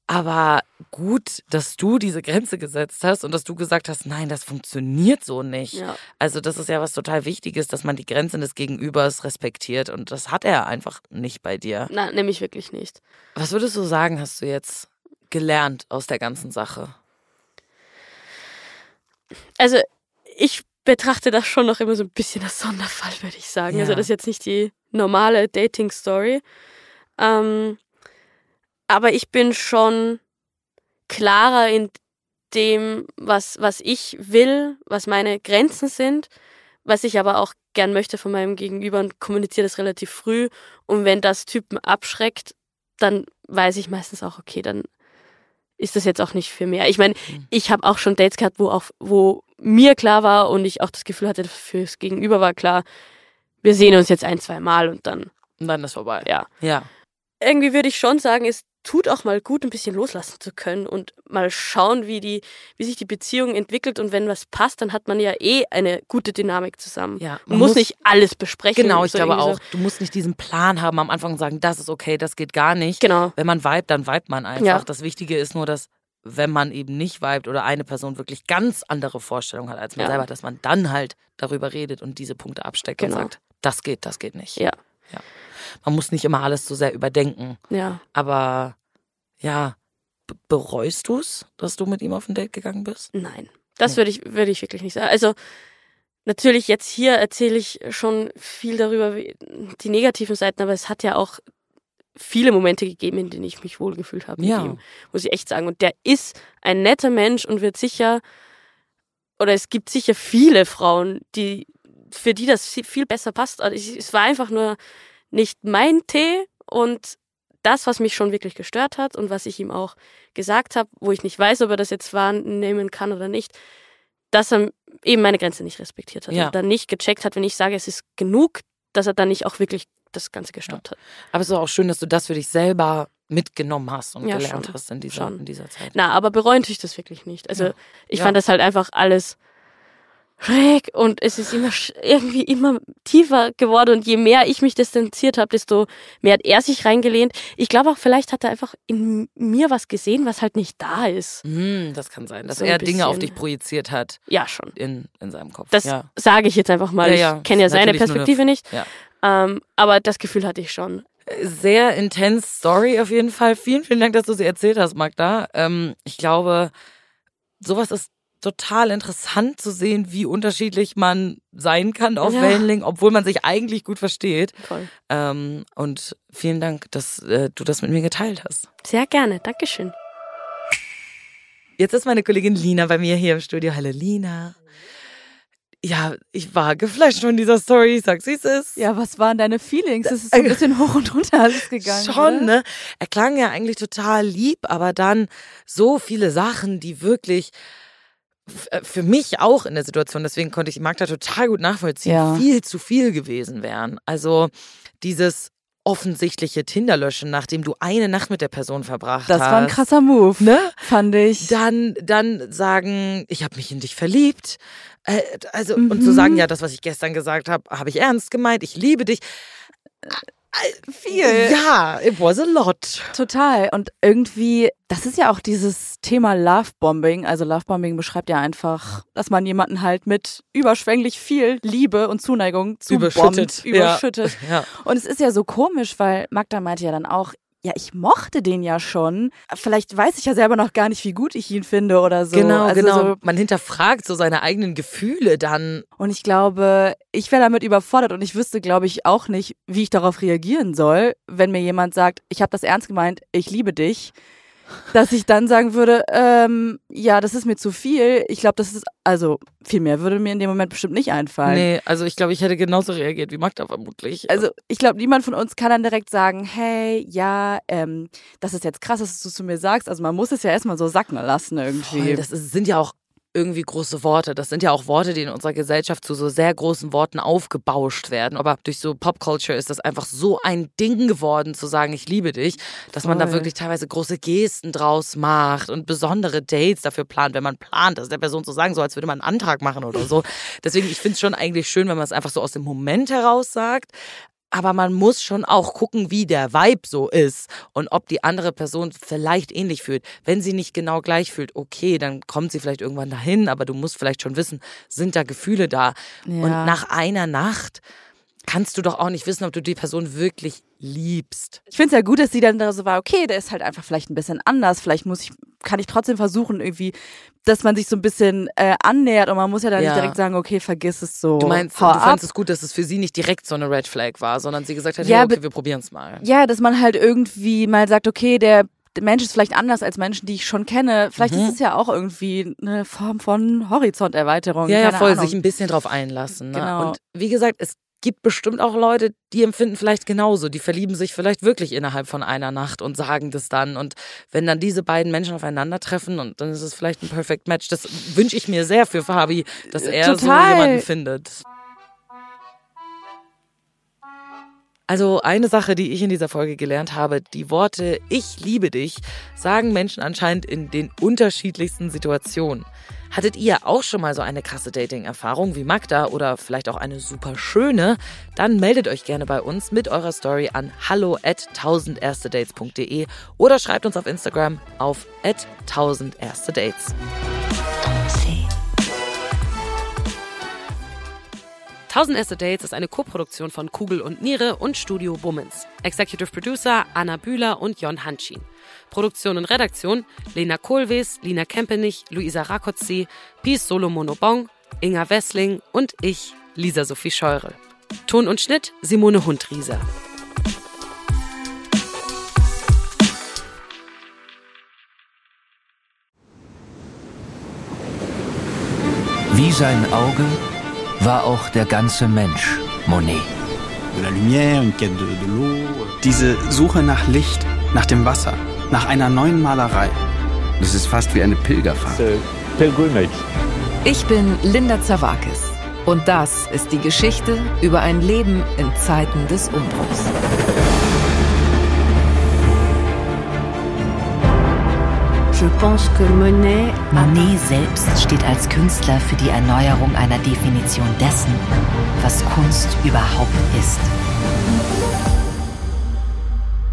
[SPEAKER 1] Aber gut, dass du diese Grenze gesetzt hast und dass du gesagt hast, nein, das funktioniert so nicht.
[SPEAKER 8] Ja.
[SPEAKER 1] Also das ist ja was total Wichtiges, dass man die Grenzen des Gegenübers respektiert und das hat er einfach nicht bei dir.
[SPEAKER 8] Nein, nämlich wirklich nicht.
[SPEAKER 1] Was würdest du sagen, hast du jetzt gelernt aus der ganzen Sache?
[SPEAKER 8] Also ich betrachte das schon noch immer so ein bisschen als Sonderfall, würde ich sagen.
[SPEAKER 1] Ja.
[SPEAKER 8] Also das ist jetzt nicht die normale Dating-Story. Ähm, aber ich bin schon klarer in dem, was, was ich will, was meine Grenzen sind, was ich aber auch gern möchte von meinem Gegenüber und kommuniziere das relativ früh. Und wenn das Typen abschreckt, dann weiß ich meistens auch, okay, dann ist das jetzt auch nicht für mehr. Ich meine, ich habe auch schon Dates gehabt, wo auch, wo mir klar war und ich auch das Gefühl hatte, fürs Gegenüber war klar, wir sehen uns jetzt ein, zwei Mal und dann,
[SPEAKER 1] Und dann ist vorbei.
[SPEAKER 8] ja.
[SPEAKER 1] Ja.
[SPEAKER 8] Irgendwie würde ich schon sagen, es tut auch mal gut, ein bisschen loslassen zu können und mal schauen, wie die, wie sich die Beziehung entwickelt und wenn was passt, dann hat man ja eh eine gute Dynamik zusammen.
[SPEAKER 1] Ja,
[SPEAKER 8] Man muss nicht alles besprechen.
[SPEAKER 1] Genau, ich
[SPEAKER 8] so
[SPEAKER 1] glaube
[SPEAKER 8] irgendwie
[SPEAKER 1] auch, du musst nicht diesen Plan haben am Anfang und sagen, das ist okay, das geht gar nicht.
[SPEAKER 8] So. Genau.
[SPEAKER 1] Wenn man vibet, dann vibet man einfach.
[SPEAKER 8] Ja.
[SPEAKER 1] Das Wichtige ist nur, dass wenn man eben nicht vibet oder eine Person wirklich ganz andere Vorstellungen hat als man
[SPEAKER 8] Ja.
[SPEAKER 1] selber, dass man dann halt darüber redet und diese Punkte absteckt und
[SPEAKER 8] Genau.
[SPEAKER 1] sagt, das geht, das geht nicht.
[SPEAKER 8] Ja.
[SPEAKER 1] ja. Man muss nicht immer alles so sehr überdenken.
[SPEAKER 8] Ja.
[SPEAKER 1] Aber ja, b- bereust du es, dass du mit ihm auf ein Date gegangen bist?
[SPEAKER 8] Nein, das
[SPEAKER 1] Nee.
[SPEAKER 8] würde ich, würde ich wirklich nicht sagen. Also natürlich jetzt hier erzähle ich schon viel darüber, wie, die negativen Seiten, aber es hat ja auch viele Momente gegeben, in denen ich mich wohlgefühlt habe
[SPEAKER 1] Ja.
[SPEAKER 8] mit ihm, muss ich echt sagen. Und der ist ein netter Mensch und wird sicher, oder es gibt sicher viele Frauen, die für die das viel- viel besser passt. Also ich- es war einfach nur nicht mein Tee und das, was mich schon wirklich gestört hat und was ich ihm auch gesagt habe, wo ich nicht weiß, ob er das jetzt wahrnehmen kann oder nicht, dass er eben meine Grenze nicht respektiert hat
[SPEAKER 1] Ja.
[SPEAKER 8] und dann nicht gecheckt hat, wenn ich sage, es ist genug, dass er dann nicht auch wirklich das Ganze gestoppt hat.
[SPEAKER 1] Aber es ist auch schön, dass du das für dich selber mitgenommen hast und
[SPEAKER 8] Ja,
[SPEAKER 1] gelernt
[SPEAKER 8] schon.
[SPEAKER 1] hast in dieser,
[SPEAKER 8] Schon.
[SPEAKER 1] in dieser Zeit.
[SPEAKER 8] Na, aber bereuen tue ich das wirklich nicht. Also
[SPEAKER 1] Ja.
[SPEAKER 8] ich
[SPEAKER 1] Ja.
[SPEAKER 8] fand das halt einfach alles schräg und es ist immer sch- irgendwie immer tiefer geworden und je mehr ich mich distanziert habe, desto mehr hat er sich reingelehnt. Ich glaube auch, vielleicht hat er einfach in mir was gesehen, was halt nicht da ist.
[SPEAKER 1] Hm, das kann sein, dass
[SPEAKER 8] So ein
[SPEAKER 1] er Dinge auf
[SPEAKER 8] bisschen.
[SPEAKER 1] dich projiziert hat
[SPEAKER 8] Ja, schon.
[SPEAKER 1] in, in seinem Kopf.
[SPEAKER 8] Das
[SPEAKER 1] ja.
[SPEAKER 8] sage ich jetzt einfach mal.
[SPEAKER 1] Ja, ja.
[SPEAKER 8] Ich kenne ja
[SPEAKER 1] Ist
[SPEAKER 8] seine
[SPEAKER 1] natürlich nur eine-
[SPEAKER 8] Perspektive nicht.
[SPEAKER 1] Ja.
[SPEAKER 8] Ähm, aber das Gefühl hatte ich schon.
[SPEAKER 1] Sehr intens Story auf jeden Fall. Vielen, vielen Dank, dass du sie erzählt hast, Magda. Ähm, ich glaube, sowas ist total interessant zu sehen, wie unterschiedlich man sein kann auf
[SPEAKER 8] Ja.
[SPEAKER 1] Wellenlängen, obwohl man sich eigentlich gut versteht.
[SPEAKER 8] Voll.
[SPEAKER 1] Ähm, und vielen Dank, dass äh, du das mit mir geteilt hast.
[SPEAKER 8] Sehr gerne. Dankeschön.
[SPEAKER 1] Jetzt ist meine Kollegin Lina bei mir hier im Studio. Hallo Lina. Ja, ich war geflasht von dieser Story. Ich sag's, wie es ist.
[SPEAKER 9] Ja, was waren deine Feelings? Es ist so ein bisschen hoch und runter ist es gegangen.
[SPEAKER 1] Schon,
[SPEAKER 9] oder?
[SPEAKER 1] ne? Er klang ja eigentlich total lieb, aber dann so viele Sachen, die wirklich f- äh, für mich auch in der Situation, deswegen konnte ich Magda total gut nachvollziehen,
[SPEAKER 9] Ja.
[SPEAKER 1] viel zu viel gewesen wären. Also dieses offensichtliche Tinderlöschen, nachdem du eine Nacht mit der Person verbracht
[SPEAKER 9] Das
[SPEAKER 1] hast.
[SPEAKER 9] war ein krasser Move, ne? Fand ich.
[SPEAKER 1] dann, dann sagen, ich habe mich in dich verliebt. Äh, also, und zu
[SPEAKER 9] Mhm.
[SPEAKER 1] sagen, ja, das, was ich gestern gesagt habe, habe ich ernst gemeint, ich liebe dich.
[SPEAKER 9] viel.
[SPEAKER 1] Ja, it was a lot.
[SPEAKER 9] Total. Und irgendwie, das ist ja auch dieses Thema Lovebombing. Also Lovebombing beschreibt ja einfach, dass man jemanden halt mit überschwänglich viel Liebe und Zuneigung zubombt,
[SPEAKER 1] Überschüttet, ja.
[SPEAKER 9] überschüttet.
[SPEAKER 1] [laughs] Ja.
[SPEAKER 9] Und es ist ja so komisch, weil Magda meinte ja dann auch, ja, ich mochte den ja schon. Vielleicht weiß ich ja selber noch gar nicht, wie gut ich ihn finde oder so.
[SPEAKER 1] genau,
[SPEAKER 9] also
[SPEAKER 1] genau.
[SPEAKER 9] So,
[SPEAKER 1] Man hinterfragt so seine eigenen Gefühle dann.
[SPEAKER 9] und ich glaube, ich wäre damit überfordert und ich wüsste, glaube ich, auch nicht, wie ich darauf reagieren soll, wenn mir jemand sagt, ich habe das ernst gemeint, ich liebe dich, dass ich dann sagen würde, ähm, ja, das ist mir zu viel. Ich glaube, das ist, also viel mehr würde mir in dem Moment bestimmt nicht einfallen.
[SPEAKER 1] Nee, also ich glaube, ich hätte genauso reagiert wie Magda vermutlich.
[SPEAKER 9] Also ich glaube, niemand von uns kann dann direkt sagen, hey, ja, ähm, das ist jetzt krass, dass du es zu mir sagst. Also man muss es ja erstmal so sacken lassen irgendwie.
[SPEAKER 1] Voll, das ist, sind ja auch irgendwie große Worte. Das sind ja auch Worte, die in unserer Gesellschaft zu so sehr großen Worten aufgebauscht werden. Aber durch so Popculture ist das einfach so ein Ding geworden, zu sagen, ich liebe dich, dass man da
[SPEAKER 9] Voll.
[SPEAKER 1] wirklich teilweise große Gesten draus macht und besondere Dates dafür plant, wenn man plant, das der Person zu sagen, so als würde man einen Antrag machen oder so. Deswegen, ich finde es schon eigentlich schön, wenn man es einfach so aus dem Moment heraus sagt. aber man muss schon auch gucken, wie der Vibe so ist und ob die andere Person vielleicht ähnlich fühlt. Wenn sie nicht genau gleich fühlt, okay, dann kommt sie vielleicht irgendwann dahin, aber du musst vielleicht schon wissen, sind da Gefühle da? Und
[SPEAKER 9] Ja.
[SPEAKER 1] nach einer Nacht kannst du doch auch nicht wissen, ob du die Person wirklich liebst.
[SPEAKER 9] Ich finde es ja gut, dass sie dann da so war, okay, der ist halt einfach vielleicht ein bisschen anders. Vielleicht muss ich, kann ich trotzdem versuchen, irgendwie, dass man sich so ein bisschen äh, annähert und man muss ja dann
[SPEAKER 1] Ja.
[SPEAKER 9] nicht direkt sagen, okay, vergiss es so.
[SPEAKER 1] Du meinst,
[SPEAKER 9] Oh, hau
[SPEAKER 1] du
[SPEAKER 9] ab.
[SPEAKER 1] fandest es gut, dass es für sie nicht direkt so eine Red Flag war, sondern sie gesagt hat,
[SPEAKER 9] Ja,
[SPEAKER 1] ja, okay,
[SPEAKER 9] be-
[SPEAKER 1] wir probieren es mal.
[SPEAKER 9] Ja, dass man halt irgendwie mal sagt, okay, der der Mensch ist vielleicht anders als Menschen, die ich schon kenne.
[SPEAKER 1] Mhm.
[SPEAKER 9] Vielleicht ist es ja auch irgendwie eine Form von Horizonterweiterung.
[SPEAKER 1] Ja, ja,
[SPEAKER 9] Keine
[SPEAKER 1] voll,
[SPEAKER 9] Ahnung.
[SPEAKER 1] sich ein bisschen drauf einlassen. Ne?
[SPEAKER 9] Genau.
[SPEAKER 1] Und wie gesagt, es gibt bestimmt auch Leute, die empfinden vielleicht genauso. Die verlieben sich vielleicht wirklich innerhalb von einer Nacht und sagen das dann. Und wenn dann diese beiden Menschen aufeinandertreffen und dann ist es vielleicht ein Perfect Match. Das wünsche ich mir sehr für Fabi, dass er
[SPEAKER 9] Total.
[SPEAKER 1] so jemanden findet. Also eine Sache, die ich in dieser Folge gelernt habe, die Worte Ich liebe dich sagen Menschen anscheinend in den unterschiedlichsten Situationen. Hattet ihr auch schon mal so eine krasse Dating-Erfahrung wie Magda oder vielleicht auch eine super schöne? Dann meldet euch gerne bei uns mit eurer Story an hallo at 1000erstedates.de oder schreibt uns auf Instagram auf at 1000erstedates.
[SPEAKER 7] Sie.
[SPEAKER 10] 1000 Erste Dates ist eine Koproduktion von Kugel und Niere und Studio Bummens. Executive Producer Anna Bühler und Jon Hanschin. Produktion und Redaktion Lena Kohlwees, Lina Kempenich, Luisa Rakotzi, Pies Solomonobong, Inga Wessling und ich, Lisa Sophie Scheurel. Ton und Schnitt Simone Hundrieser.
[SPEAKER 3] Wie sein Auge war auch der ganze Mensch Monet.
[SPEAKER 5] Diese Suche nach Licht, nach dem Wasser, nach einer neuen Malerei.
[SPEAKER 3] Das ist fast wie eine Pilgerfahrt.
[SPEAKER 2] Ich bin Linda Zawakis. Und das ist die Geschichte über ein Leben in Zeiten des Umbruchs.
[SPEAKER 7] Je pense que Monet. Monet selbst steht als Künstler für die Erneuerung einer Definition dessen, was Kunst überhaupt ist.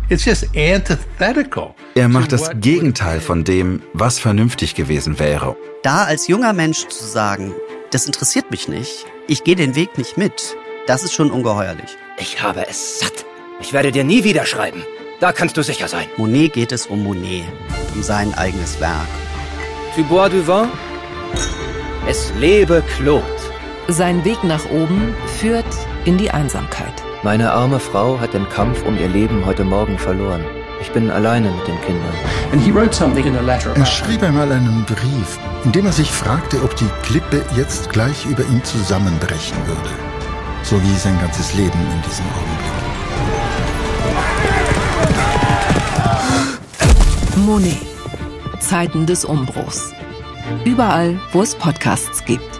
[SPEAKER 11] It's just antithetical.
[SPEAKER 12] Er macht das Gegenteil von dem, was vernünftig gewesen wäre.
[SPEAKER 13] Da als junger Mensch zu sagen, das interessiert mich nicht, ich gehe den Weg nicht mit, das ist schon ungeheuerlich.
[SPEAKER 5] Ich habe es satt. Ich werde dir nie wieder schreiben. Da kannst du sicher sein.
[SPEAKER 13] Monet geht es um Monet, um sein eigenes Werk.
[SPEAKER 5] Tu bois du vin? Es lebe Claude.
[SPEAKER 2] Sein Weg nach oben führt in die Einsamkeit.
[SPEAKER 14] Meine arme Frau hat den Kampf um ihr Leben heute Morgen verloren. Ich bin alleine mit den Kindern.
[SPEAKER 5] And he wrote something in a letter
[SPEAKER 6] Er schrieb einmal einen Brief, in dem er sich fragte, ob die Klippe jetzt gleich über ihm zusammenbrechen würde. So wie sein ganzes Leben in diesem Augenblick.
[SPEAKER 2] Monet. Zeiten des Umbruchs. Überall, wo es Podcasts gibt.